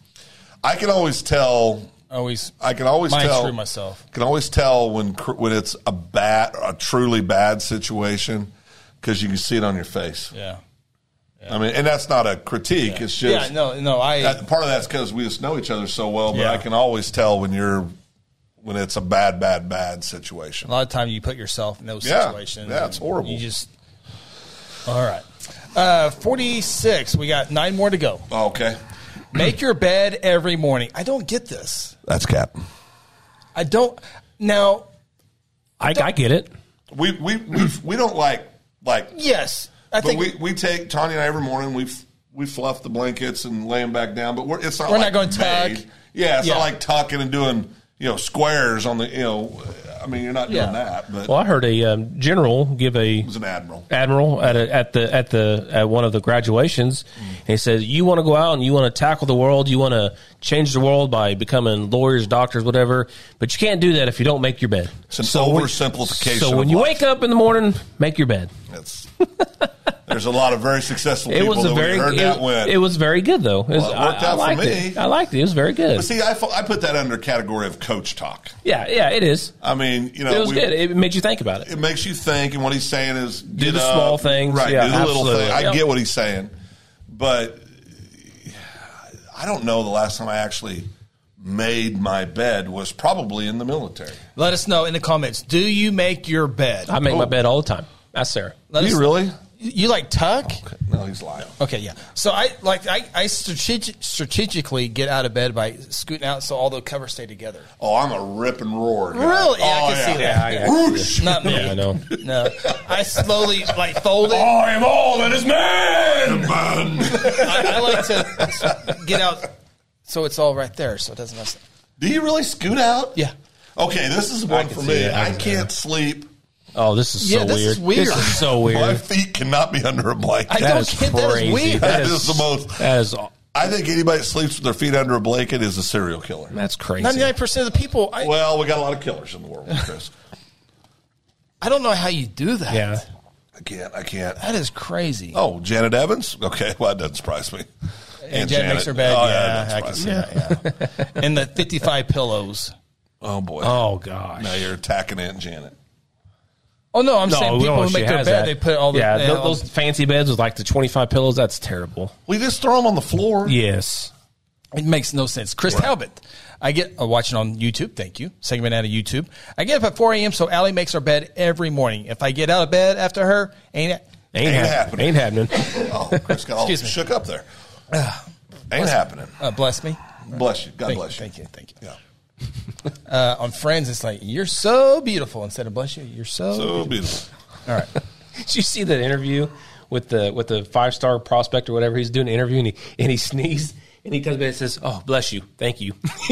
Speaker 2: I can always tell.
Speaker 1: always
Speaker 2: I can always
Speaker 1: mind
Speaker 2: tell.
Speaker 1: screw myself.
Speaker 2: Can always tell when cr- when it's a bad, a truly bad situation, because you can see it on your face.
Speaker 1: Yeah,
Speaker 2: I mean, and that's not a critique. It's just
Speaker 1: yeah. No, no. I
Speaker 2: that- part of that's because we just know each other so well. But
Speaker 1: Yeah.
Speaker 2: I can always tell when you're when it's a bad, bad, bad situation.
Speaker 1: a lot of time you put yourself in those
Speaker 2: Yeah.
Speaker 1: situations.
Speaker 2: Yeah, it's
Speaker 1: and
Speaker 2: horrible.
Speaker 1: You just all right. Uh, Forty six. We got nine more to go.
Speaker 2: Okay,
Speaker 1: Make your bed every morning. I don't get this.
Speaker 2: that's Cap.
Speaker 1: I don't now.
Speaker 3: I, I get it.
Speaker 2: we we we we don't like like
Speaker 1: Yes, I
Speaker 2: but
Speaker 1: think
Speaker 2: we, we take Tanya and I every morning we f- we fluff the blankets and lay them back down but we're it's not
Speaker 1: We're
Speaker 2: like
Speaker 1: not going tuck.
Speaker 2: made. yeah it's
Speaker 1: Yeah.
Speaker 2: not like tucking and doing you know squares on the you know I mean you're not
Speaker 1: Yeah.
Speaker 2: doing that but
Speaker 3: Well, I heard a um, general give a
Speaker 2: it was an admiral
Speaker 3: admiral at a, at the at the at one of the graduations. And he says, "You want to go out and you want to tackle the world. You want to change the world by becoming lawyers, doctors, whatever. But you can't do that if you don't make your bed.
Speaker 2: it's an
Speaker 3: when-
Speaker 2: oversimplification
Speaker 3: So
Speaker 2: of
Speaker 3: when you
Speaker 2: life.
Speaker 3: wake up in the morning, make your bed.
Speaker 2: It's- there's a lot of very successful
Speaker 3: It
Speaker 2: people
Speaker 3: was
Speaker 2: that
Speaker 3: a
Speaker 2: we
Speaker 3: very
Speaker 2: heard
Speaker 3: it,
Speaker 2: that when
Speaker 3: it was very good though. It, was,
Speaker 2: Well, it
Speaker 3: I-
Speaker 2: worked
Speaker 3: I,
Speaker 2: out for
Speaker 3: liked
Speaker 2: me.
Speaker 3: it. I liked it. It was very good.
Speaker 2: see I, fo- I put that under category of coach talk
Speaker 3: yeah, yeah, it is.
Speaker 2: I mean you know
Speaker 3: It was
Speaker 2: we-
Speaker 3: good. It made you think about it.
Speaker 2: it makes you think, and what he's saying is do
Speaker 3: the small things.
Speaker 2: right?
Speaker 3: Yeah,
Speaker 2: do the little
Speaker 3: absolutely.
Speaker 2: thing. I
Speaker 3: Yep.
Speaker 2: get what he's saying, but I don't know. The last time I actually made my bed was probably in the military.
Speaker 1: Let us know in the comments. Do you make your bed?
Speaker 3: I make
Speaker 2: Oh.
Speaker 3: my bed all the time. That's Sarah.
Speaker 1: Let us-
Speaker 2: really?
Speaker 1: You like tuck?
Speaker 2: No, he's lying.
Speaker 1: Okay, yeah. So I like I, I strategi- strategically get out of bed by scooting out so all the covers stay together.
Speaker 2: Oh, I'm a rip and roar. Guy.
Speaker 1: Really? Yeah,
Speaker 2: oh,
Speaker 1: I can see that.
Speaker 3: Yeah, I- I-
Speaker 2: Whoosh!
Speaker 1: Not me.
Speaker 3: Yeah, I know.
Speaker 1: No, I slowly like fold it. I,
Speaker 2: I am all that is man. man.
Speaker 1: I like to get out so it's all right there, so it doesn't mess. Up.
Speaker 2: do you really scoot out?
Speaker 1: Yeah.
Speaker 2: Okay, this is one for
Speaker 3: see
Speaker 2: me.
Speaker 3: it.
Speaker 2: I
Speaker 3: I can-
Speaker 2: can't sleep.
Speaker 3: Oh, this is so
Speaker 1: Yeah, this
Speaker 3: weird.
Speaker 1: is weird.
Speaker 3: This is so
Speaker 2: My
Speaker 3: weird.
Speaker 2: feet cannot be under a blanket.
Speaker 1: I
Speaker 3: That
Speaker 1: don't
Speaker 3: is
Speaker 1: get that is
Speaker 3: crazy.
Speaker 1: weird.
Speaker 2: That is the most-
Speaker 3: That is aw-
Speaker 2: I think anybody that sleeps with their feet under a blanket is a serial killer.
Speaker 3: that's crazy.
Speaker 1: Ninety nine percent of the people. I,
Speaker 2: Well, we got a lot of killers in the world, Chris.
Speaker 1: I don't know how you do that.
Speaker 3: Yeah.
Speaker 2: I can't. I can't.
Speaker 1: that is crazy.
Speaker 2: Oh, Janet Evans. Okay, well that doesn't surprise me. And,
Speaker 1: Jet makes her bed.
Speaker 2: Oh,
Speaker 1: yeah,
Speaker 2: that
Speaker 1: I can
Speaker 2: doesn't
Speaker 1: see
Speaker 2: surprise me.
Speaker 1: that. Yeah. and the fifty five pillows.
Speaker 2: Oh boy.
Speaker 1: Um,
Speaker 3: Oh gosh.
Speaker 2: Now you're attacking Aunt Janet.
Speaker 1: Oh no, I'm
Speaker 3: No,
Speaker 1: saying people
Speaker 3: no,
Speaker 1: who
Speaker 3: she
Speaker 1: make their bed,
Speaker 3: has that.
Speaker 1: they put all the
Speaker 3: yeah.
Speaker 1: they
Speaker 3: tho-
Speaker 1: all-
Speaker 3: those fancy beds with like the twenty five pillows. That's terrible.
Speaker 2: We just throw them on the floor.
Speaker 3: Yes.
Speaker 1: It makes no sense. Chris Talbot. I get uh, watching on YouTube. Thank you. Segment out of YouTube. I get up at 4 a.m. So Allie makes her bed every morning. If I get out of bed after her, ain't it?
Speaker 3: Ain't,
Speaker 2: Ain't
Speaker 3: hap-
Speaker 2: happening.
Speaker 3: Ain't happening.
Speaker 2: Oh, Chris got all
Speaker 1: Excuse me.
Speaker 2: shook up there. Ain't happening.
Speaker 1: Uh, bless me.
Speaker 2: Bless you. God
Speaker 1: Thank you,
Speaker 2: bless you.
Speaker 1: thank you. Thank you.
Speaker 2: Yeah.
Speaker 1: Uh, on Friends, it's like, you're so beautiful. Instead of bless you, you're so.
Speaker 2: So beautiful.
Speaker 1: All right.
Speaker 3: Did you see that interview with the with the five star prospect or whatever? He's doing an interview and he and he sneezed and he comes back and says, "Oh, bless you, thank you."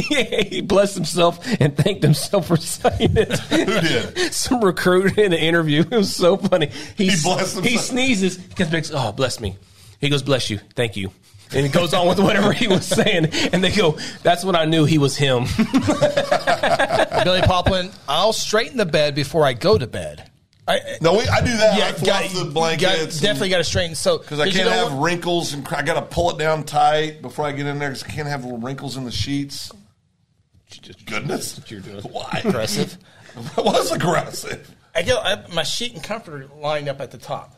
Speaker 3: he blessed himself and thanked himself for saying it. Who
Speaker 2: did?
Speaker 3: Some recruit in the interview. It was so funny. He
Speaker 2: He
Speaker 3: s-
Speaker 2: blessed
Speaker 3: He
Speaker 2: himself.
Speaker 3: sneezes. He comes back. and says, Oh, bless me. He goes, "Bless you, thank you." And he goes on with whatever he was saying, and they go, "That's when I knew he was him."
Speaker 1: Billy Poplin, I'll straighten the bed before I go to bed. I, I-
Speaker 2: No, we, I do that. I fluff
Speaker 1: got-
Speaker 2: the
Speaker 1: got-
Speaker 2: blankets.
Speaker 1: definitely got to straighten. So
Speaker 2: Because I
Speaker 1: did you
Speaker 2: can't
Speaker 1: know
Speaker 2: have
Speaker 1: what-
Speaker 2: wrinkles and cr- I got to pull it down tight before I get in there because I can't have little wrinkles in the sheets. Goodness.
Speaker 3: you're doing.
Speaker 2: Why?
Speaker 1: Aggressive.
Speaker 2: that was aggressive.
Speaker 1: I get I, my sheet and comforter lined up at the top.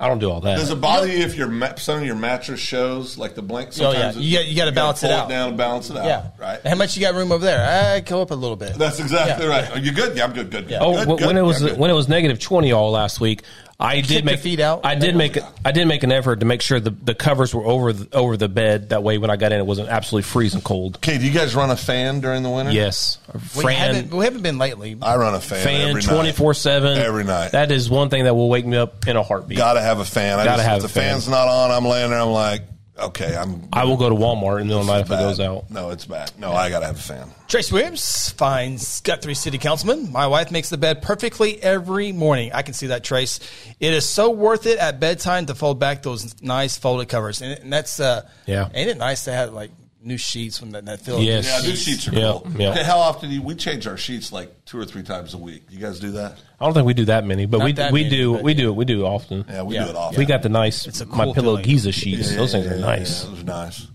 Speaker 3: I don't do all that.
Speaker 2: Does it bother you if your ma- some of your mattress shows like the blank?
Speaker 1: Oh, yeah.
Speaker 2: Sometimes it-
Speaker 1: You got- you gotta
Speaker 2: gotta
Speaker 1: balance it
Speaker 2: pull
Speaker 1: out.
Speaker 2: down and balance it out.
Speaker 1: Yeah,
Speaker 2: Oh, right.
Speaker 1: How much you got room over there? I go up a little bit.
Speaker 2: That's exactly
Speaker 1: Yeah.
Speaker 2: right. Are you good? Yeah, I'm good. Good. good,
Speaker 3: Oh,
Speaker 2: good,
Speaker 3: wh-
Speaker 2: good.
Speaker 3: when it was
Speaker 2: Yeah, good.
Speaker 3: when it was negative twenty all last week, I did
Speaker 1: your
Speaker 3: make
Speaker 1: feet out.
Speaker 3: I did make I did make an effort to make sure the, the covers were over the, over the bed. That way, when I got in, it wasn't absolutely freezing cold.
Speaker 2: okay, do you guys run a fan during the winter?
Speaker 3: Yes,
Speaker 1: we haven't we haven't been lately.
Speaker 2: I run a fan.
Speaker 3: fan
Speaker 2: every
Speaker 3: twenty four seven
Speaker 2: Every night.
Speaker 3: That is one thing that will wake me up in a heartbeat.
Speaker 2: Got to have a fan. I
Speaker 3: Gotta
Speaker 2: just,
Speaker 3: have
Speaker 2: if the
Speaker 3: a fan.
Speaker 2: fan's not on, I'm laying there. I'm like, okay, I'm.
Speaker 3: I will go to Walmart in the middle of the night if
Speaker 2: bad.
Speaker 3: it goes out.
Speaker 2: No, it's bad. No, I got to have a fan.
Speaker 1: Trace Williams, fine Guthrie City Councilman. My wife makes the bed perfectly every morning. I can see that, Trace. It is so worth it at bedtime to fold back those nice folded covers, and, and that's uh,
Speaker 3: Yeah.
Speaker 1: Ain't it nice to have like new sheets when that, that feel?
Speaker 3: Yes.
Speaker 2: Yeah, new sheets are
Speaker 3: Yeah,
Speaker 2: cool.
Speaker 3: yeah.
Speaker 2: Okay, how often do you, we change our sheets like two or three times a week? You guys do that?
Speaker 3: I don't think we do that many, but we
Speaker 1: that
Speaker 3: we
Speaker 1: many,
Speaker 3: do
Speaker 1: but
Speaker 3: we
Speaker 1: yeah.
Speaker 3: do we do often.
Speaker 2: Yeah, we
Speaker 1: Yeah.
Speaker 2: do it often.
Speaker 3: We got the nice
Speaker 1: a
Speaker 3: my
Speaker 1: cool
Speaker 3: pillow
Speaker 1: feeling.
Speaker 3: Giza sheets.
Speaker 2: Yeah,
Speaker 3: Those things
Speaker 2: yeah,
Speaker 3: are
Speaker 2: yeah,
Speaker 3: nice.
Speaker 2: yeah, those are nice.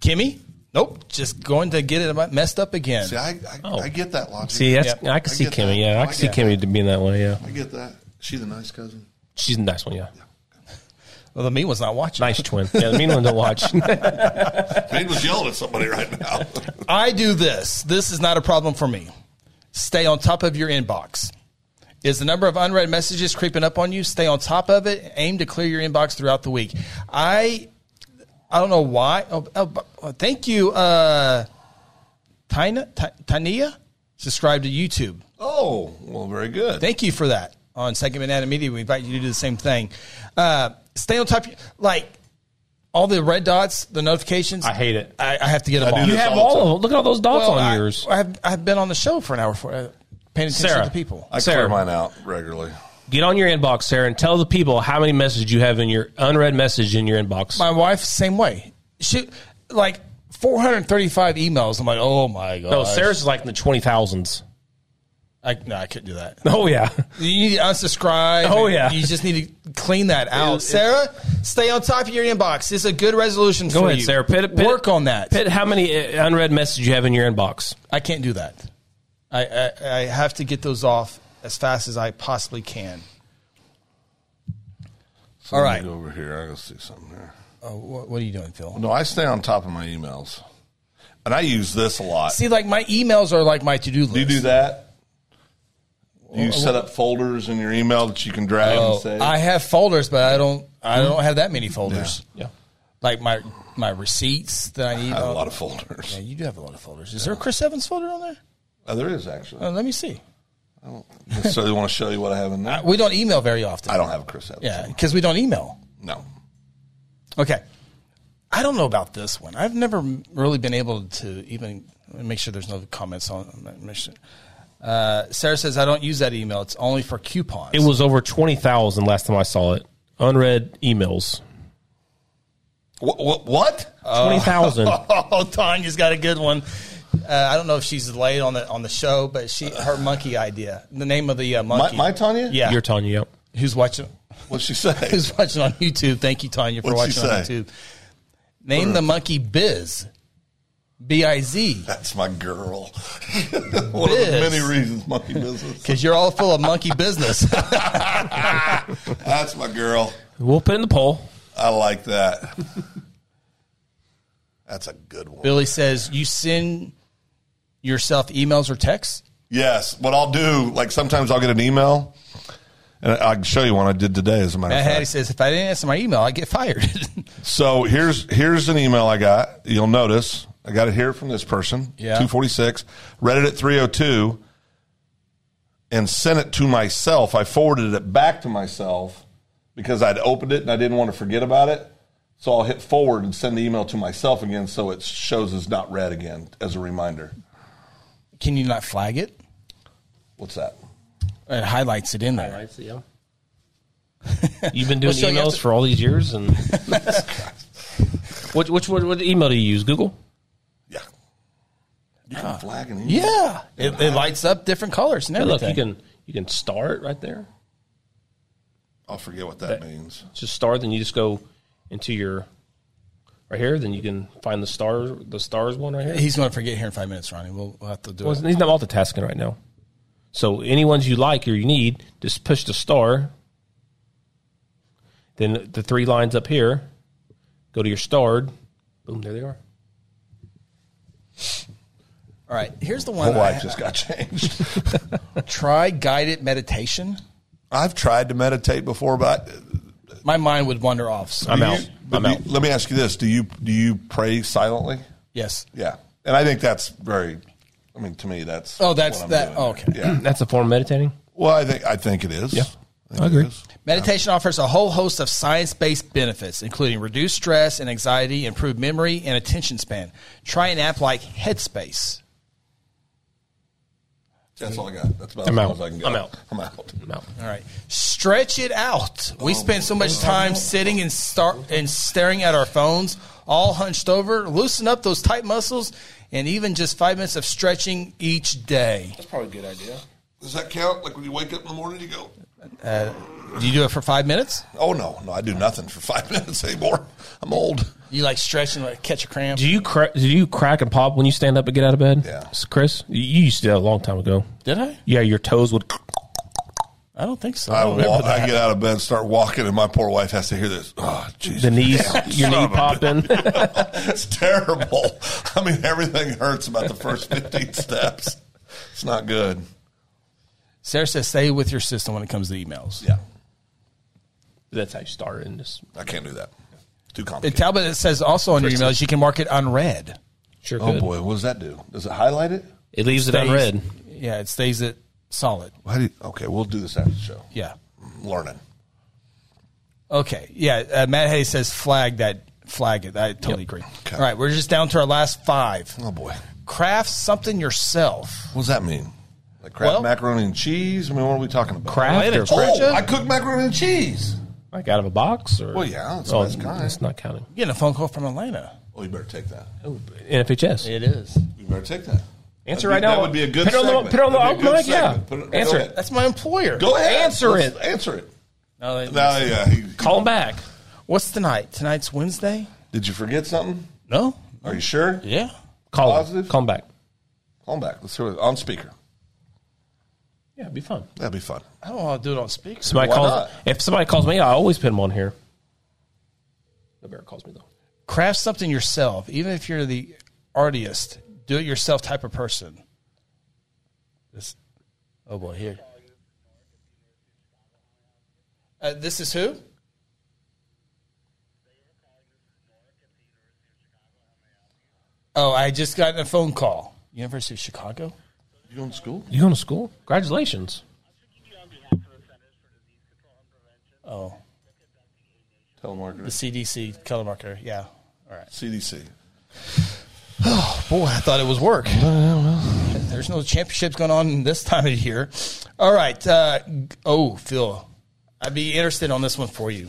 Speaker 1: Kimmy, nope, just going to get it messed up again.
Speaker 2: See, I, I, I get that logic.
Speaker 3: Oh. See, that's,
Speaker 1: Yeah.
Speaker 3: I can
Speaker 2: I
Speaker 3: see
Speaker 2: get
Speaker 3: Kimmy.
Speaker 2: that.
Speaker 3: Yeah, I
Speaker 2: I
Speaker 3: can see
Speaker 2: get
Speaker 3: Kimmy being that way. Yeah,
Speaker 2: I get that. She's a nice cousin.
Speaker 3: she's a nice one. Yeah.
Speaker 1: well, the meat was not watching.
Speaker 3: Nice twin. Yeah, the mean one to watch.
Speaker 2: Bane was yelling at somebody right now.
Speaker 1: I do this. This is not a problem for me. Stay on top of your inbox. Is the number of unread messages creeping up on you? Stay on top of it. Aim to clear your inbox throughout the week. I I don't know why. Oh, oh, but- oh, thank you, uh, Tina, Ti- Tania. Subscribe to YouTube.
Speaker 2: oh, well, very good.
Speaker 1: Thank you for that. On Second Banana Media, we invite you to do the same thing. Uh, stay on top. of- Like all the red dots, the notifications.
Speaker 3: I hate it.
Speaker 1: I, I have to get them
Speaker 2: do
Speaker 1: all.
Speaker 2: this
Speaker 3: You have
Speaker 2: all the
Speaker 3: all of
Speaker 2: time.
Speaker 3: them. Look at all those dots
Speaker 1: Well,
Speaker 3: on
Speaker 1: I,
Speaker 3: yours.
Speaker 1: I've, I've been on the show for an hour for uh, paying attention
Speaker 3: Sarah.
Speaker 1: to people.
Speaker 2: I
Speaker 3: Sarah.
Speaker 2: clear mine out regularly.
Speaker 3: Get on your inbox, Sarah, and tell the people how many messages you have in your unread message in your inbox.
Speaker 1: My wife, same way. She like 435 emails. I'm like, oh my god.
Speaker 3: no, Sarah's is like in the twenty thousands.
Speaker 1: I, no, I couldn't do that.
Speaker 3: Oh yeah,
Speaker 1: You need to unsubscribe.
Speaker 3: Oh, yeah.
Speaker 1: You just need to clean that out. Sarah, stay on top of your inbox. It's a good resolution for
Speaker 3: go ahead,
Speaker 1: you.
Speaker 3: Sarah. Pit, pit,
Speaker 1: Work on that.
Speaker 3: Pit how many uh, unread messages you have in your inbox.
Speaker 1: I can't do that. I, I I have to get those off as fast as I possibly can.
Speaker 2: So
Speaker 1: All
Speaker 2: let me
Speaker 1: right.
Speaker 2: go over here. I gotta see something here.
Speaker 1: Oh, what, what are you doing, Phil?
Speaker 2: No, I stay on top of my emails, and I use this a lot.
Speaker 1: See, like my emails are like my to do list.
Speaker 2: do you do that? You set up folders in your email that you can drag
Speaker 1: Oh,
Speaker 2: and save.
Speaker 1: I have folders, but I don't. I don't have that many folders.
Speaker 3: Yeah,
Speaker 1: Like my my receipts that I need.
Speaker 2: I have a
Speaker 1: Oh,
Speaker 2: lot of folders.
Speaker 1: yeah, you do have a lot of folders. Is there a Chris Evans folder on there?
Speaker 2: Oh, there is actually.
Speaker 1: Uh, let me see. Oh.
Speaker 2: so they want to show you what I have in there.
Speaker 1: We don't email very often.
Speaker 2: I don't have a Chris Evans.
Speaker 1: Yeah, because we don't email.
Speaker 2: No.
Speaker 1: Okay. I don't know about this one. I've never m- really been able to even let me make sure there's no comments on. make sure. Uh, Sarah says I don't use that email. It's only for coupons.
Speaker 3: it was over twenty thousand last time I saw it. Unread emails,
Speaker 2: What? What? what?
Speaker 1: Uh,
Speaker 3: twenty thousand.
Speaker 1: Oh, Tanya's got a good one. Uh, I don't know if she's late on the on the show, but she her monkey idea. The name of the uh,
Speaker 2: my,
Speaker 1: monkey.
Speaker 2: my Tanya?
Speaker 1: yeah.
Speaker 3: You're Tanya. Yep.
Speaker 1: who's watching?
Speaker 2: What'd she say?
Speaker 1: Who's watching on YouTube? Thank you, Tanya, for
Speaker 2: What'd she
Speaker 1: watching on
Speaker 2: say?
Speaker 1: YouTube. Name the monkey Biz. B I Z.
Speaker 2: That's my girl. One of the
Speaker 1: Biz.
Speaker 2: many reasons monkey business.
Speaker 1: Because you're all full of monkey business.
Speaker 2: That's my girl.
Speaker 3: We'll put it in the poll.
Speaker 2: I like that. That's a good one.
Speaker 1: Billy says you send yourself emails or texts.
Speaker 2: Yes. What I'll do, like sometimes I'll get an email And I I can show you one I did today, as a matter
Speaker 1: Matt
Speaker 2: of
Speaker 1: Hattie
Speaker 2: fact.
Speaker 1: says, if I didn't answer my email, I'd get fired.
Speaker 2: So here's here's an email I got. You'll notice I got it here from this person.
Speaker 1: Yeah.
Speaker 2: 246. Read it at 302 and sent it to myself. I forwarded it back to myself because I'd opened it and I didn't want to forget about it. So I'll hit forward and send the email to myself again so it shows it's not read again as a reminder.
Speaker 1: Can you not flag it?
Speaker 2: What's that?
Speaker 1: It highlights it in there.
Speaker 3: You've been doing
Speaker 1: Well, so you have
Speaker 3: emails
Speaker 1: to-
Speaker 3: for all these years, and which which what, what email do you use? Google.
Speaker 2: Yeah. You can flag an email.
Speaker 1: Yeah, it, it lights up different colors and
Speaker 3: Hey, look,
Speaker 1: everything.
Speaker 3: you can you can star it right there.
Speaker 2: I'll forget what that means.
Speaker 3: Just star, then you just go into your right here. Then you can find the star the stars one right here.
Speaker 1: He's going to forget here in five minutes, Ronnie. We'll, we'll have to do
Speaker 3: Well,
Speaker 1: it.
Speaker 3: he's not multitasking right now. So any ones you like or you need, just push the star. Then the three lines up here, go to your starred. Boom, there they are.
Speaker 1: All right, here's the
Speaker 2: My
Speaker 1: one. I,
Speaker 2: life just got changed.
Speaker 1: try guided meditation.
Speaker 2: I've tried to meditate before, but I,
Speaker 1: My mind would wander off. so-
Speaker 3: I'm
Speaker 2: Do
Speaker 3: out.
Speaker 2: you-
Speaker 3: I'm
Speaker 2: do you-
Speaker 3: out.
Speaker 2: Let me ask you this: Do you do you pray silently?
Speaker 1: yes.
Speaker 2: Yeah, and I think that's very. I mean, to me, that's.
Speaker 1: Oh, that's
Speaker 2: what I'm
Speaker 1: that.
Speaker 2: doing.
Speaker 1: oh, okay.
Speaker 2: Yeah.
Speaker 3: That's a form of meditating.
Speaker 2: Well, I think I think it is.
Speaker 3: Yeah.
Speaker 2: I, think
Speaker 3: I
Speaker 2: it
Speaker 3: agree.
Speaker 2: is.
Speaker 1: Meditation offers a whole host of science based benefits, including reduced stress and anxiety, improved memory and attention span. Try an app like Headspace.
Speaker 2: That's all I got. That's about
Speaker 3: I'm
Speaker 2: as
Speaker 3: out.
Speaker 2: far as I can go.
Speaker 3: I'm out.
Speaker 2: I'm out.
Speaker 3: I'm out.
Speaker 1: All right. Stretch it out.
Speaker 2: Oh,
Speaker 1: We spend so much time sitting and start and staring at our phones, all hunched over. Loosen up those tight muscles and even just five minutes of stretching each day.
Speaker 2: That's probably a good idea. Does that count? Like when you wake up in the morning, you go,
Speaker 1: Do you do it for five minutes?
Speaker 2: "Oh no, no, I do nothing for five minutes anymore. I'm old."
Speaker 1: You like stretch and like catch a cramp?
Speaker 3: Do you cra- do you crack and pop when you stand up and get out of bed?
Speaker 2: Yeah.
Speaker 3: S- Chris, you you used to do that a long time ago.
Speaker 1: Did I?
Speaker 3: Yeah, your toes would.
Speaker 1: I don't think so.
Speaker 2: I,
Speaker 1: don't remember
Speaker 2: walk, I
Speaker 1: that.
Speaker 2: get out of bed, start walking, and my poor wife has to hear this. Oh, Jesus.
Speaker 3: The knees,
Speaker 2: Son
Speaker 3: your knee
Speaker 2: of a bitch.
Speaker 3: popping.
Speaker 2: it's terrible. I mean, everything hurts about the first 15 steps. It's not good.
Speaker 1: Sarah says, stay with your system when it comes to emails.
Speaker 2: Yeah.
Speaker 3: That's how you start in this.
Speaker 2: I can't do that. Too
Speaker 1: It,
Speaker 2: complicated.
Speaker 1: Talbot it says also on your emails, you can mark it unread.
Speaker 3: Sure,
Speaker 2: oh,
Speaker 3: could.
Speaker 2: boy. What does that do? Does it highlight it?
Speaker 3: It leaves it
Speaker 1: Stays-
Speaker 3: unread.
Speaker 1: Yeah, it stays it solid.
Speaker 2: Why do you, okay, we'll do this after the show.
Speaker 1: Yeah.
Speaker 2: I'm learning.
Speaker 1: Okay. Yeah. Uh, Matt Hayes says flag that. Flag it. I totally agree.
Speaker 2: Okay.
Speaker 1: All right. We're just down to our last five.
Speaker 2: Oh, boy.
Speaker 1: Craft something yourself.
Speaker 2: What does that mean? Like crap
Speaker 1: Well-
Speaker 2: macaroni and cheese? I mean, what are we talking about?
Speaker 3: Craft
Speaker 1: Well,
Speaker 3: or
Speaker 1: it-
Speaker 2: Oh,
Speaker 1: Gotcha.
Speaker 2: I cook macaroni and cheese.
Speaker 3: like out of a box or.
Speaker 2: Well, yeah, that's
Speaker 3: oh,
Speaker 2: the best kind.
Speaker 3: that's not counting.
Speaker 1: You're getting a phone call from Atlanta.
Speaker 2: Oh, you better take that.
Speaker 3: NFHS.
Speaker 1: It is.
Speaker 2: You better take that.
Speaker 3: Answer
Speaker 2: That'd be-
Speaker 3: right now.
Speaker 2: That would be a good
Speaker 3: Put it on the-
Speaker 2: segment.
Speaker 3: put it on the
Speaker 2: That'd be a good
Speaker 3: mic, yeah.
Speaker 2: segment. Put go
Speaker 3: Answer it.
Speaker 2: ahead.
Speaker 1: That's my employer.
Speaker 2: Go ahead.
Speaker 3: Answer
Speaker 2: Let's
Speaker 3: it.
Speaker 2: Answer it.
Speaker 1: No, they-
Speaker 2: Now, yeah, he- he-
Speaker 3: Call him back.
Speaker 1: What's tonight? Tonight's Wednesday?
Speaker 2: Did you forget something?
Speaker 1: No.
Speaker 2: Are you sure?
Speaker 1: Yeah.
Speaker 3: Call him.
Speaker 2: Positive?
Speaker 3: Call him back.
Speaker 2: Call him back. Let's hear it on speaker.
Speaker 3: Yeah, it'd be fun.
Speaker 2: That'd be fun.
Speaker 1: I don't want to do it on speaker.
Speaker 3: Somebody
Speaker 2: Why
Speaker 3: calls.
Speaker 2: not?
Speaker 3: If somebody calls me, I always pin them on here. No bear calls me though.
Speaker 1: craft something yourself, even if you're the artist, do it yourself type of person. This, oh boy, here. Uh, this is who? Oh, I just got a phone call. University of Chicago.
Speaker 2: You going to school?
Speaker 3: You going to school? Congratulations.
Speaker 1: Oh, the
Speaker 2: Telemarketer.
Speaker 1: CDC telemarketer. Yeah. All right.
Speaker 2: CDC.
Speaker 1: Boy, I thought it was work. There's no championships going on this time of year. All right. Uh, g- oh, Phil, I'd be interested on this one for you.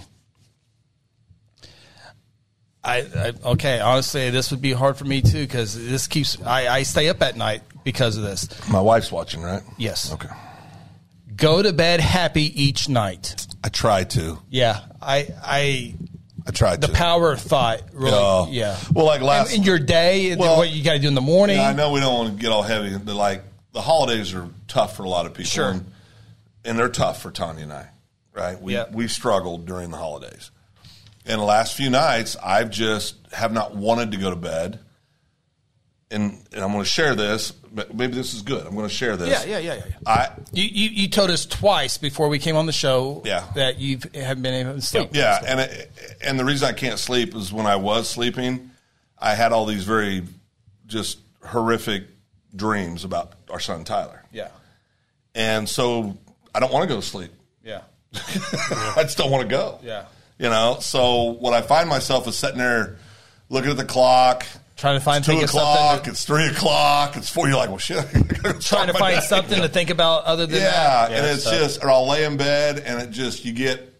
Speaker 1: I, I okay. Honestly, this would be hard for me too because this keeps. I, I stay up at night because of this.
Speaker 2: My wife's watching, right?
Speaker 1: Yes.
Speaker 2: Okay.
Speaker 1: Go to bed happy each night.
Speaker 2: I try to.
Speaker 1: Yeah. I. I.
Speaker 2: I try
Speaker 1: The
Speaker 2: to.
Speaker 1: power of thought. Really.
Speaker 2: Oh.
Speaker 1: yeah.
Speaker 2: Well, like last-
Speaker 1: in, your day, and
Speaker 2: Well-
Speaker 1: what you got to do in the morning.
Speaker 2: I know we don't want to get all heavy. But like the holidays are tough for a lot of people.
Speaker 1: Sure.
Speaker 2: And, and they're tough for Tanya and I, right? We
Speaker 1: Yeah.
Speaker 2: we struggled during the holidays. And the last few nights, I've just have not wanted to go to bed. and, and I'm going to share this. But maybe this is good. I'm going to share this.
Speaker 1: Yeah, yeah, yeah, yeah, yeah.
Speaker 2: I
Speaker 1: You, you you told us twice before we came on the show
Speaker 2: Yeah.
Speaker 1: that you haven't been able to sleep.
Speaker 2: yeah, and it, and the reason I can't sleep is when I was sleeping, I had all these very just horrific dreams about our son Tyler.
Speaker 1: yeah,
Speaker 2: And so I don't want to go to sleep.
Speaker 1: yeah,
Speaker 2: I just don't want to go.
Speaker 1: Yeah.
Speaker 2: You know, so what I find myself is sitting there looking at the clock.
Speaker 1: Trying to find-
Speaker 2: it's two
Speaker 1: think of something
Speaker 2: o'clock.
Speaker 1: to-
Speaker 2: it's three o'clock. It's four. You're like, well, shit. I gotta
Speaker 1: trying
Speaker 2: start
Speaker 1: to
Speaker 2: my
Speaker 1: find
Speaker 2: day.
Speaker 1: something to think about other than
Speaker 2: Yeah,
Speaker 1: that.
Speaker 2: and it's just, or I'll lay in bed, and it just you get,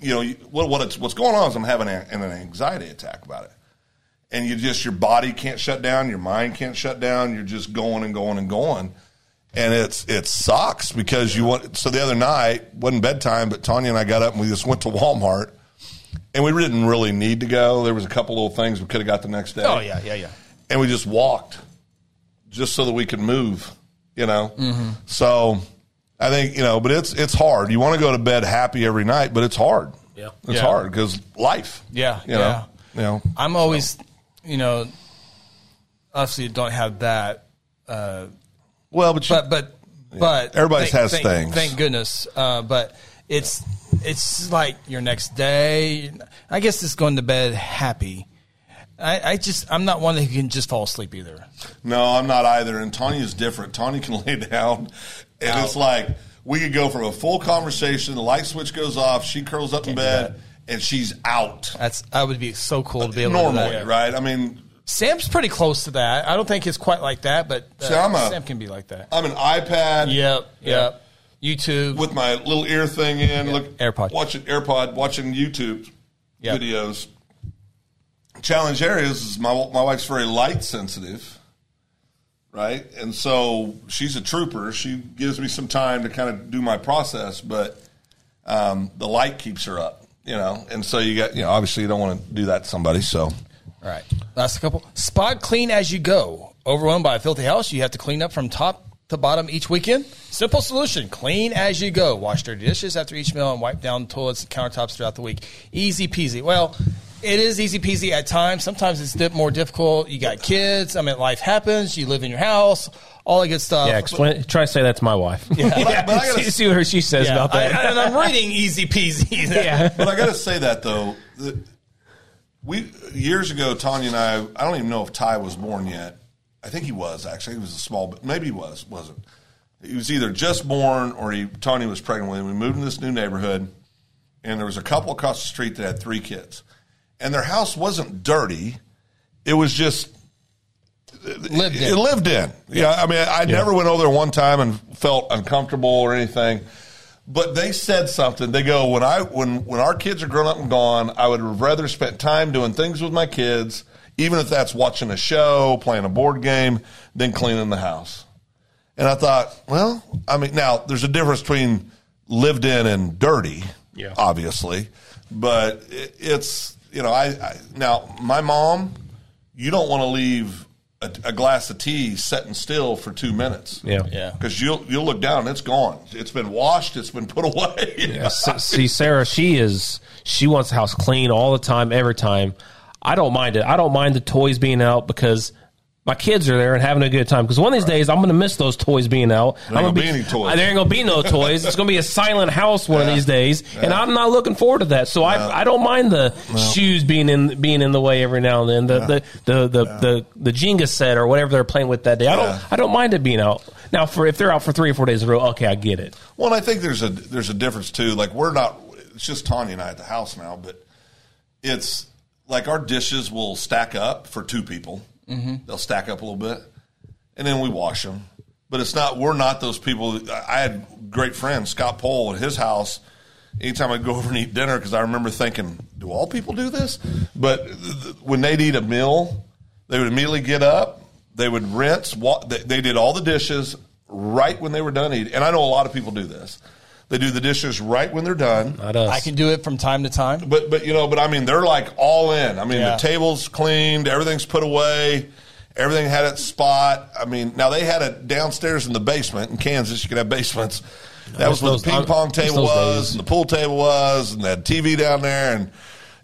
Speaker 2: you know, you, what what it's what's going on is I'm having a, an anxiety attack about it, and you just your body can't shut down, your mind can't shut down, you're just going and going and going, and it's it sucks because you want. So the other night wasn't bedtime, but Tanya and I got up and we just went to Walmart, and we didn't really need to go. There was a couple little things we could have got the next day
Speaker 1: oh yeah, yeah, yeah.
Speaker 2: and we just walked just so that we could move, you know?
Speaker 1: Mm-hmm.
Speaker 2: So I think, you know, but it's, it's hard. You want to go to bed happy every night, but it's hard.
Speaker 3: Yeah.
Speaker 2: It's
Speaker 1: Yeah.
Speaker 2: hard 'cause hard because life.
Speaker 1: Yeah,
Speaker 2: You know,
Speaker 1: yeah.
Speaker 2: you know,
Speaker 1: I'm always, you know, obviously don't have that, uh,
Speaker 2: well, but, you,
Speaker 1: but but but
Speaker 2: Everybody has
Speaker 1: thank,
Speaker 2: things.
Speaker 1: Thank goodness. Uh, but it's it's like your next day. I guess it's going to bed happy. I, I just I'm not one who can just fall asleep either.
Speaker 2: no, I'm not either. And Tanya's different. Tanya can lay down and it's like, we could go from a full conversation. The light switch goes off. She curls up in bed and she's out
Speaker 1: That's I would be so cool to be able to do
Speaker 2: normally.
Speaker 1: that.
Speaker 2: Right. I mean,
Speaker 1: Sam's pretty close to that. I don't think it's quite like that, but uh,
Speaker 2: See, I'm a-
Speaker 1: Sam can be like that.
Speaker 2: I'm an iPad.
Speaker 1: Yep, yep. YouTube.
Speaker 2: with my little ear thing in, look
Speaker 1: AirPod.
Speaker 2: watching AirPod, watching YouTube
Speaker 1: Yeah.
Speaker 2: videos. Challenge areas is my my wife's very light sensitive, right? And so she's a trooper. She gives me some time to kind of do my process, but um, the light keeps her up, you know. And so you got you know obviously you don't want to do that to somebody, so.
Speaker 1: All right. Last couple. Spot clean as you go. Overwhelmed by a filthy house, you have to clean up from top to bottom each weekend. Simple solution clean as you go. Wash dirty dishes after each meal and wipe down toilets and countertops throughout the week. Easy peasy. Well, it is easy peasy at times. Sometimes it's di- more difficult. You got kids. I mean, life happens. You live in your house, all that good stuff.
Speaker 3: Yeah, explain. try to say that to my wife. Yeah,
Speaker 2: But I gotta-
Speaker 3: see, see what her- she says
Speaker 1: Yeah.
Speaker 3: about
Speaker 1: I-
Speaker 3: that.
Speaker 1: I- and I'm reading easy peasy.
Speaker 3: yeah,
Speaker 2: but I got to say that though, the, we years ago, Tanya and I. I don't even know if Ty was born yet. I think he was actually. He was a small, but maybe he was wasn't. He was either just born or he Tanya was pregnant with him. We moved in this new neighborhood, and there was a couple across the street that had three kids, and their house wasn't dirty. It was just
Speaker 1: Lived
Speaker 2: it
Speaker 1: in.
Speaker 2: lived in. Yeah, I mean, I never went over there one time and felt uncomfortable or anything. But they said something. They go, when I when when our kids are grown up and gone, I would have rather spent time doing things with my kids, even if that's watching a show, playing a board game, than cleaning the house. And I thought, well, I mean, now there's a difference between lived in and dirty,
Speaker 3: Yeah.
Speaker 2: obviously. But it, it's you know, I, I now my mom, you don't want to leave a, a glass of tea sitting still for two minutes,
Speaker 3: yeah,
Speaker 1: Yeah.
Speaker 2: because you'll you'll look down and it's gone. It's been washed. It's been put away.
Speaker 3: Yeah, s- See, Sarah, she is. She wants the house clean all the time, every time. I don't mind it. I don't mind the toys being out because my kids are there and having a good time. Because one of these days, I'm going to miss those toys being out. I'm
Speaker 2: ain't
Speaker 3: gonna
Speaker 2: gonna be any toys.
Speaker 3: There ain't going to be no toys. It's going to be a silent house one of these days, and I'm not looking forward to that. So I, I don't mind the shoes being in being in the way every now and then. The the the the, the the Jenga set or whatever they're playing with that day. I don't
Speaker 2: Yeah.
Speaker 3: I don't mind it being out. Now, for if they're out for three or four days in a row, okay, I get it.
Speaker 2: Well, and I think there's a there's a difference too. Like we're not. It's just Tanya and I at the house now, but it's like our dishes will stack up for two people. They'll stack up a little bit, and then we wash them. But it's not. We're not those people. that- I I had great friends, Scott Pole, at his house. Anytime I'd go over and eat dinner, because I remember thinking, do all people do this? But th- th- when they'd eat a meal, they would immediately get up. They would rinse. Wa- they, they did all the dishes right when they were done eating. And I know a lot of people do this. They do the dishes right when they're done.
Speaker 3: Not us.
Speaker 1: I can do it from time to time.
Speaker 2: But but you know, but I mean, they're like all in. I mean,
Speaker 1: Yeah.
Speaker 2: the table's cleaned, everything's put away, everything had its spot. I mean, now they had it downstairs in the basement in Kansas. You could have basements. That was where
Speaker 3: those-
Speaker 2: the ping pong
Speaker 3: I miss
Speaker 2: table
Speaker 3: those
Speaker 2: was,
Speaker 3: days.
Speaker 2: and the pool table was, and they had TV down there, and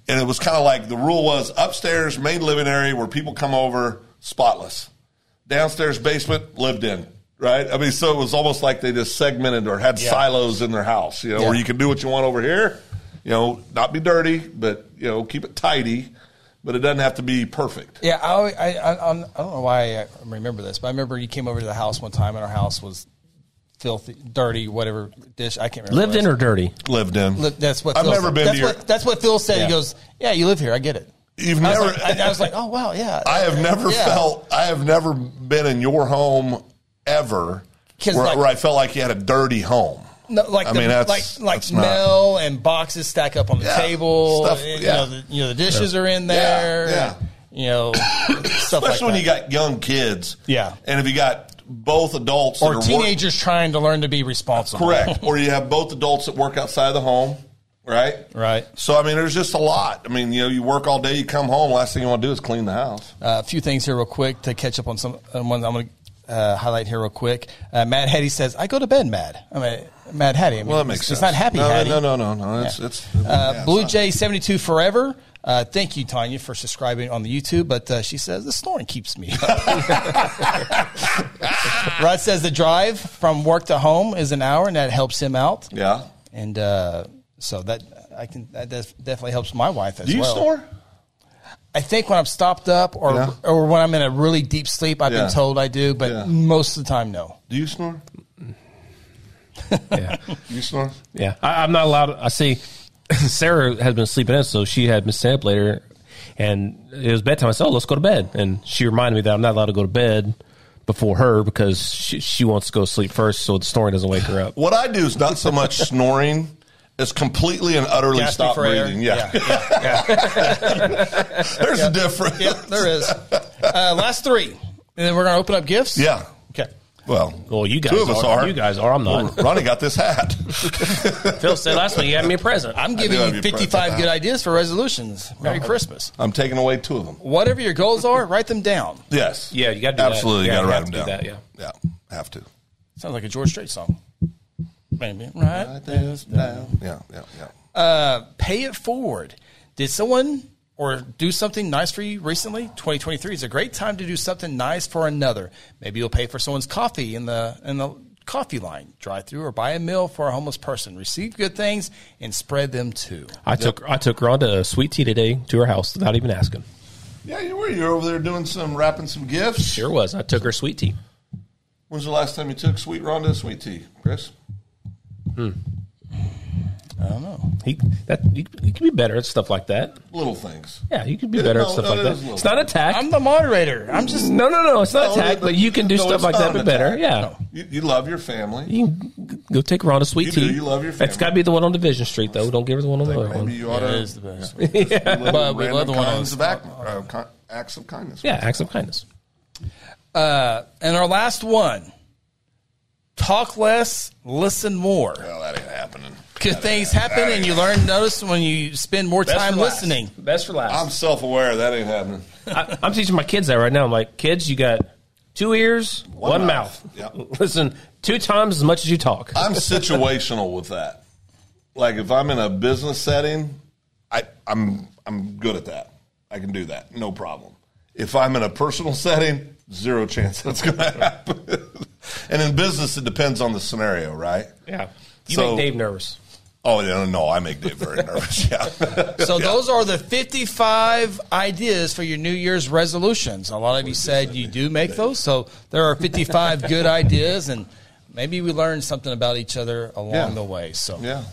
Speaker 2: and it was kind of like the rule was upstairs, main living area where people come over, spotless. downstairs basement lived in. Right? I mean, so it was almost like they just segmented or had
Speaker 1: Yeah.
Speaker 2: silos in their house, you know, where
Speaker 1: Yeah.
Speaker 2: you can do what you want over here, you know, not be dirty, but, you know, keep it tidy, but it doesn't have to be perfect.
Speaker 1: Yeah, I, I, I, I'm- I don't know why I remember this, but I remember you came over to the house one time, and our house was filthy, dirty, whatever dish. I can't remember.
Speaker 3: Lived
Speaker 1: what
Speaker 3: in
Speaker 1: it
Speaker 3: or dirty?
Speaker 2: Lived in.
Speaker 1: was. Li- That's what
Speaker 2: I've
Speaker 1: Phil
Speaker 2: never
Speaker 1: said.
Speaker 2: been
Speaker 1: that's
Speaker 2: to your-
Speaker 1: What, that's what Phil said.
Speaker 3: Yeah.
Speaker 1: He goes, "Yeah, you live here. I get it."
Speaker 2: You've
Speaker 1: I was,
Speaker 2: never.
Speaker 1: like, I, I was like, "Oh wow, yeah."
Speaker 2: I have never
Speaker 1: Yeah.
Speaker 2: felt. I have never been in your home ever
Speaker 1: 'Cause
Speaker 2: where,
Speaker 1: like-
Speaker 2: where I felt like you had a dirty home.
Speaker 1: No, like
Speaker 2: I
Speaker 1: the,
Speaker 2: mean, that's-
Speaker 1: like like
Speaker 2: that's not-
Speaker 1: smell and boxes stack up on the
Speaker 2: Yeah,
Speaker 1: table.
Speaker 2: stuff-
Speaker 1: and,
Speaker 2: yeah.
Speaker 1: you, know, the, you know the dishes are in there.
Speaker 2: yeah.
Speaker 1: You know stuff like
Speaker 2: Especially when
Speaker 1: that.
Speaker 2: you got young kids.
Speaker 1: Yeah.
Speaker 2: And if you got both adults that
Speaker 1: or
Speaker 2: are work-
Speaker 1: teenagers trying to learn to be responsible.
Speaker 2: correct, or you have both adults that work outside of the home, right?
Speaker 1: Right.
Speaker 2: So I mean, there's just a lot. I mean, you know, you work all day, you come home, last thing you want to do is clean the house.
Speaker 1: Uh, a few things here, real quick, to catch up on some on one I'm going to uh, highlight here, real quick. Uh, Mad Hattie says, "I go to bed mad." I mean, Mad Hattie. I mean,
Speaker 2: Well, that makes
Speaker 1: it's,
Speaker 2: sense.
Speaker 1: It's not happy
Speaker 2: No,
Speaker 1: Hattie.
Speaker 2: no, no, no, no. It's it's
Speaker 1: Uh,
Speaker 2: yeah,
Speaker 1: Blue
Speaker 2: it's
Speaker 1: Jay seventy two forever. Uh, thank you, Tanya, for subscribing on the YouTube. But uh, she says the snoring keeps me. up." Rod says the drive from work to home is an hour, and that helps him out.
Speaker 2: not- Yeah.
Speaker 1: And uh, so that I can that def- definitely helps my wife as
Speaker 2: Do you
Speaker 1: well.
Speaker 2: snore?
Speaker 1: I think when I'm stopped up or
Speaker 2: Yeah.
Speaker 1: or when I'm in a really deep sleep, I've
Speaker 2: Yeah.
Speaker 1: been told I do, but
Speaker 2: Yeah.
Speaker 1: most of the time, no.
Speaker 2: Do you snore?
Speaker 3: Yeah.
Speaker 2: Do you snore?
Speaker 3: Yeah, I, I'm not allowed. I see. Sarah has been sleeping in, so she had Miss later, and it was bedtime. I said, "Oh, let's go to bed," and she reminded me that I'm not allowed to go to bed before her because she, she wants to go to sleep first, so the snoring doesn't wake her up.
Speaker 2: What I do is not so much snoring as completely and utterly
Speaker 1: Gasping
Speaker 2: stop
Speaker 1: for air.
Speaker 2: breathing. Yeah.
Speaker 1: Yeah,
Speaker 2: There's a difference.
Speaker 1: Yep, there is. Uh, last three, and then we're gonna open up gifts.
Speaker 2: Yeah.
Speaker 1: Okay.
Speaker 2: Well,
Speaker 3: Well, you guys
Speaker 2: two of us
Speaker 3: are.
Speaker 2: are.
Speaker 3: You guys are. I'm not.
Speaker 2: Well, Ronnie got this hat.
Speaker 3: Phil said last week you had me a present.
Speaker 1: I'm giving
Speaker 2: have
Speaker 1: you
Speaker 2: your present
Speaker 1: 55
Speaker 2: now.
Speaker 1: good ideas for resolutions. Merry Christmas.
Speaker 2: I'm taking away two of them.
Speaker 1: Whatever your goals are, write them down.
Speaker 2: Yes.
Speaker 3: Yeah, you gotta do that.
Speaker 2: absolutely
Speaker 3: Yeah,
Speaker 2: got to
Speaker 3: you
Speaker 2: write
Speaker 3: have
Speaker 2: them
Speaker 3: to
Speaker 2: down.
Speaker 3: do that, yeah.
Speaker 2: yeah, have to.
Speaker 1: Sounds like a George Strait song. Maybe. Right.
Speaker 2: Yeah, yeah, yeah.
Speaker 1: Uh, pay it forward. Did someone or do something nice for you recently? 2023 is a great time to do something nice for another. Maybe you'll pay for someone's coffee in the in the coffee line, drive through, or buy a meal for a homeless person. Receive good things and spread them too.
Speaker 3: I took I took her on to sweet tea today to her house without even asking.
Speaker 2: Yeah, you were. You were over there doing some wrapping some gifts.
Speaker 3: Sure was. I took her sweet tea.
Speaker 2: When's the last time you took Sweet Rhonda to sweet tea, Chris?
Speaker 1: I don't know.
Speaker 3: He that you, you can be better at stuff like that.
Speaker 2: Little things.
Speaker 3: Yeah, you can be
Speaker 2: Yeah,
Speaker 3: better
Speaker 2: no,
Speaker 3: at stuff
Speaker 2: no,
Speaker 3: like
Speaker 2: it
Speaker 3: that.
Speaker 2: is a little
Speaker 3: It's not attack.
Speaker 1: I'm the moderator. I'm just
Speaker 3: No, no, no. It's not
Speaker 2: No,
Speaker 3: attack,
Speaker 2: no,
Speaker 3: but you can do
Speaker 2: no,
Speaker 3: stuff
Speaker 2: it's
Speaker 3: like that,
Speaker 2: not
Speaker 3: but
Speaker 2: an
Speaker 3: better.
Speaker 2: attack.
Speaker 3: Yeah.
Speaker 2: You, you love your family.
Speaker 3: You can g- go take her on a sweet
Speaker 2: You
Speaker 3: tea.
Speaker 2: do. You love your
Speaker 3: It's
Speaker 2: family.
Speaker 3: got to be the one on Division Street, though. Don't give her the one on the other
Speaker 2: Maybe
Speaker 3: one.
Speaker 2: you ought to.
Speaker 1: it is the best.
Speaker 2: Yeah.
Speaker 1: But we love the one
Speaker 2: kinds
Speaker 1: on-
Speaker 2: of act, uh, con- acts of kindness.
Speaker 3: Yeah, acts of kindness.
Speaker 1: Uh, and our last one talk less, listen more.
Speaker 2: Well, that ain't happening.
Speaker 1: Because things happen and you learn, notice when you spend more time listening.
Speaker 3: Best for
Speaker 2: I'm
Speaker 3: last.
Speaker 2: self aware. That ain't happening.
Speaker 3: I, I'm teaching my kids that right now. I'm like, kids, you got two ears, one,
Speaker 2: mouth.
Speaker 3: mouth.
Speaker 2: Yep. Uh,
Speaker 3: Listen two times as much as you talk.
Speaker 2: I'm situational with that. Like if I'm in a business setting, I, I'm I'm good at that. I can do that, no problem. If I'm in a personal setting, zero chance that's going to happen. and in business, it depends on the scenario, right?
Speaker 3: yeah. You
Speaker 2: So-
Speaker 3: make Dave nervous.
Speaker 2: Oh yeah, no, I make Dave very nervous. Yeah.
Speaker 1: So those are the 55 ideas for your New Year's resolutions. A lot of you said you do make those, so there are 55 good ideas, and maybe we learned something about each other along
Speaker 2: Yeah.
Speaker 1: the way. So
Speaker 2: yeah.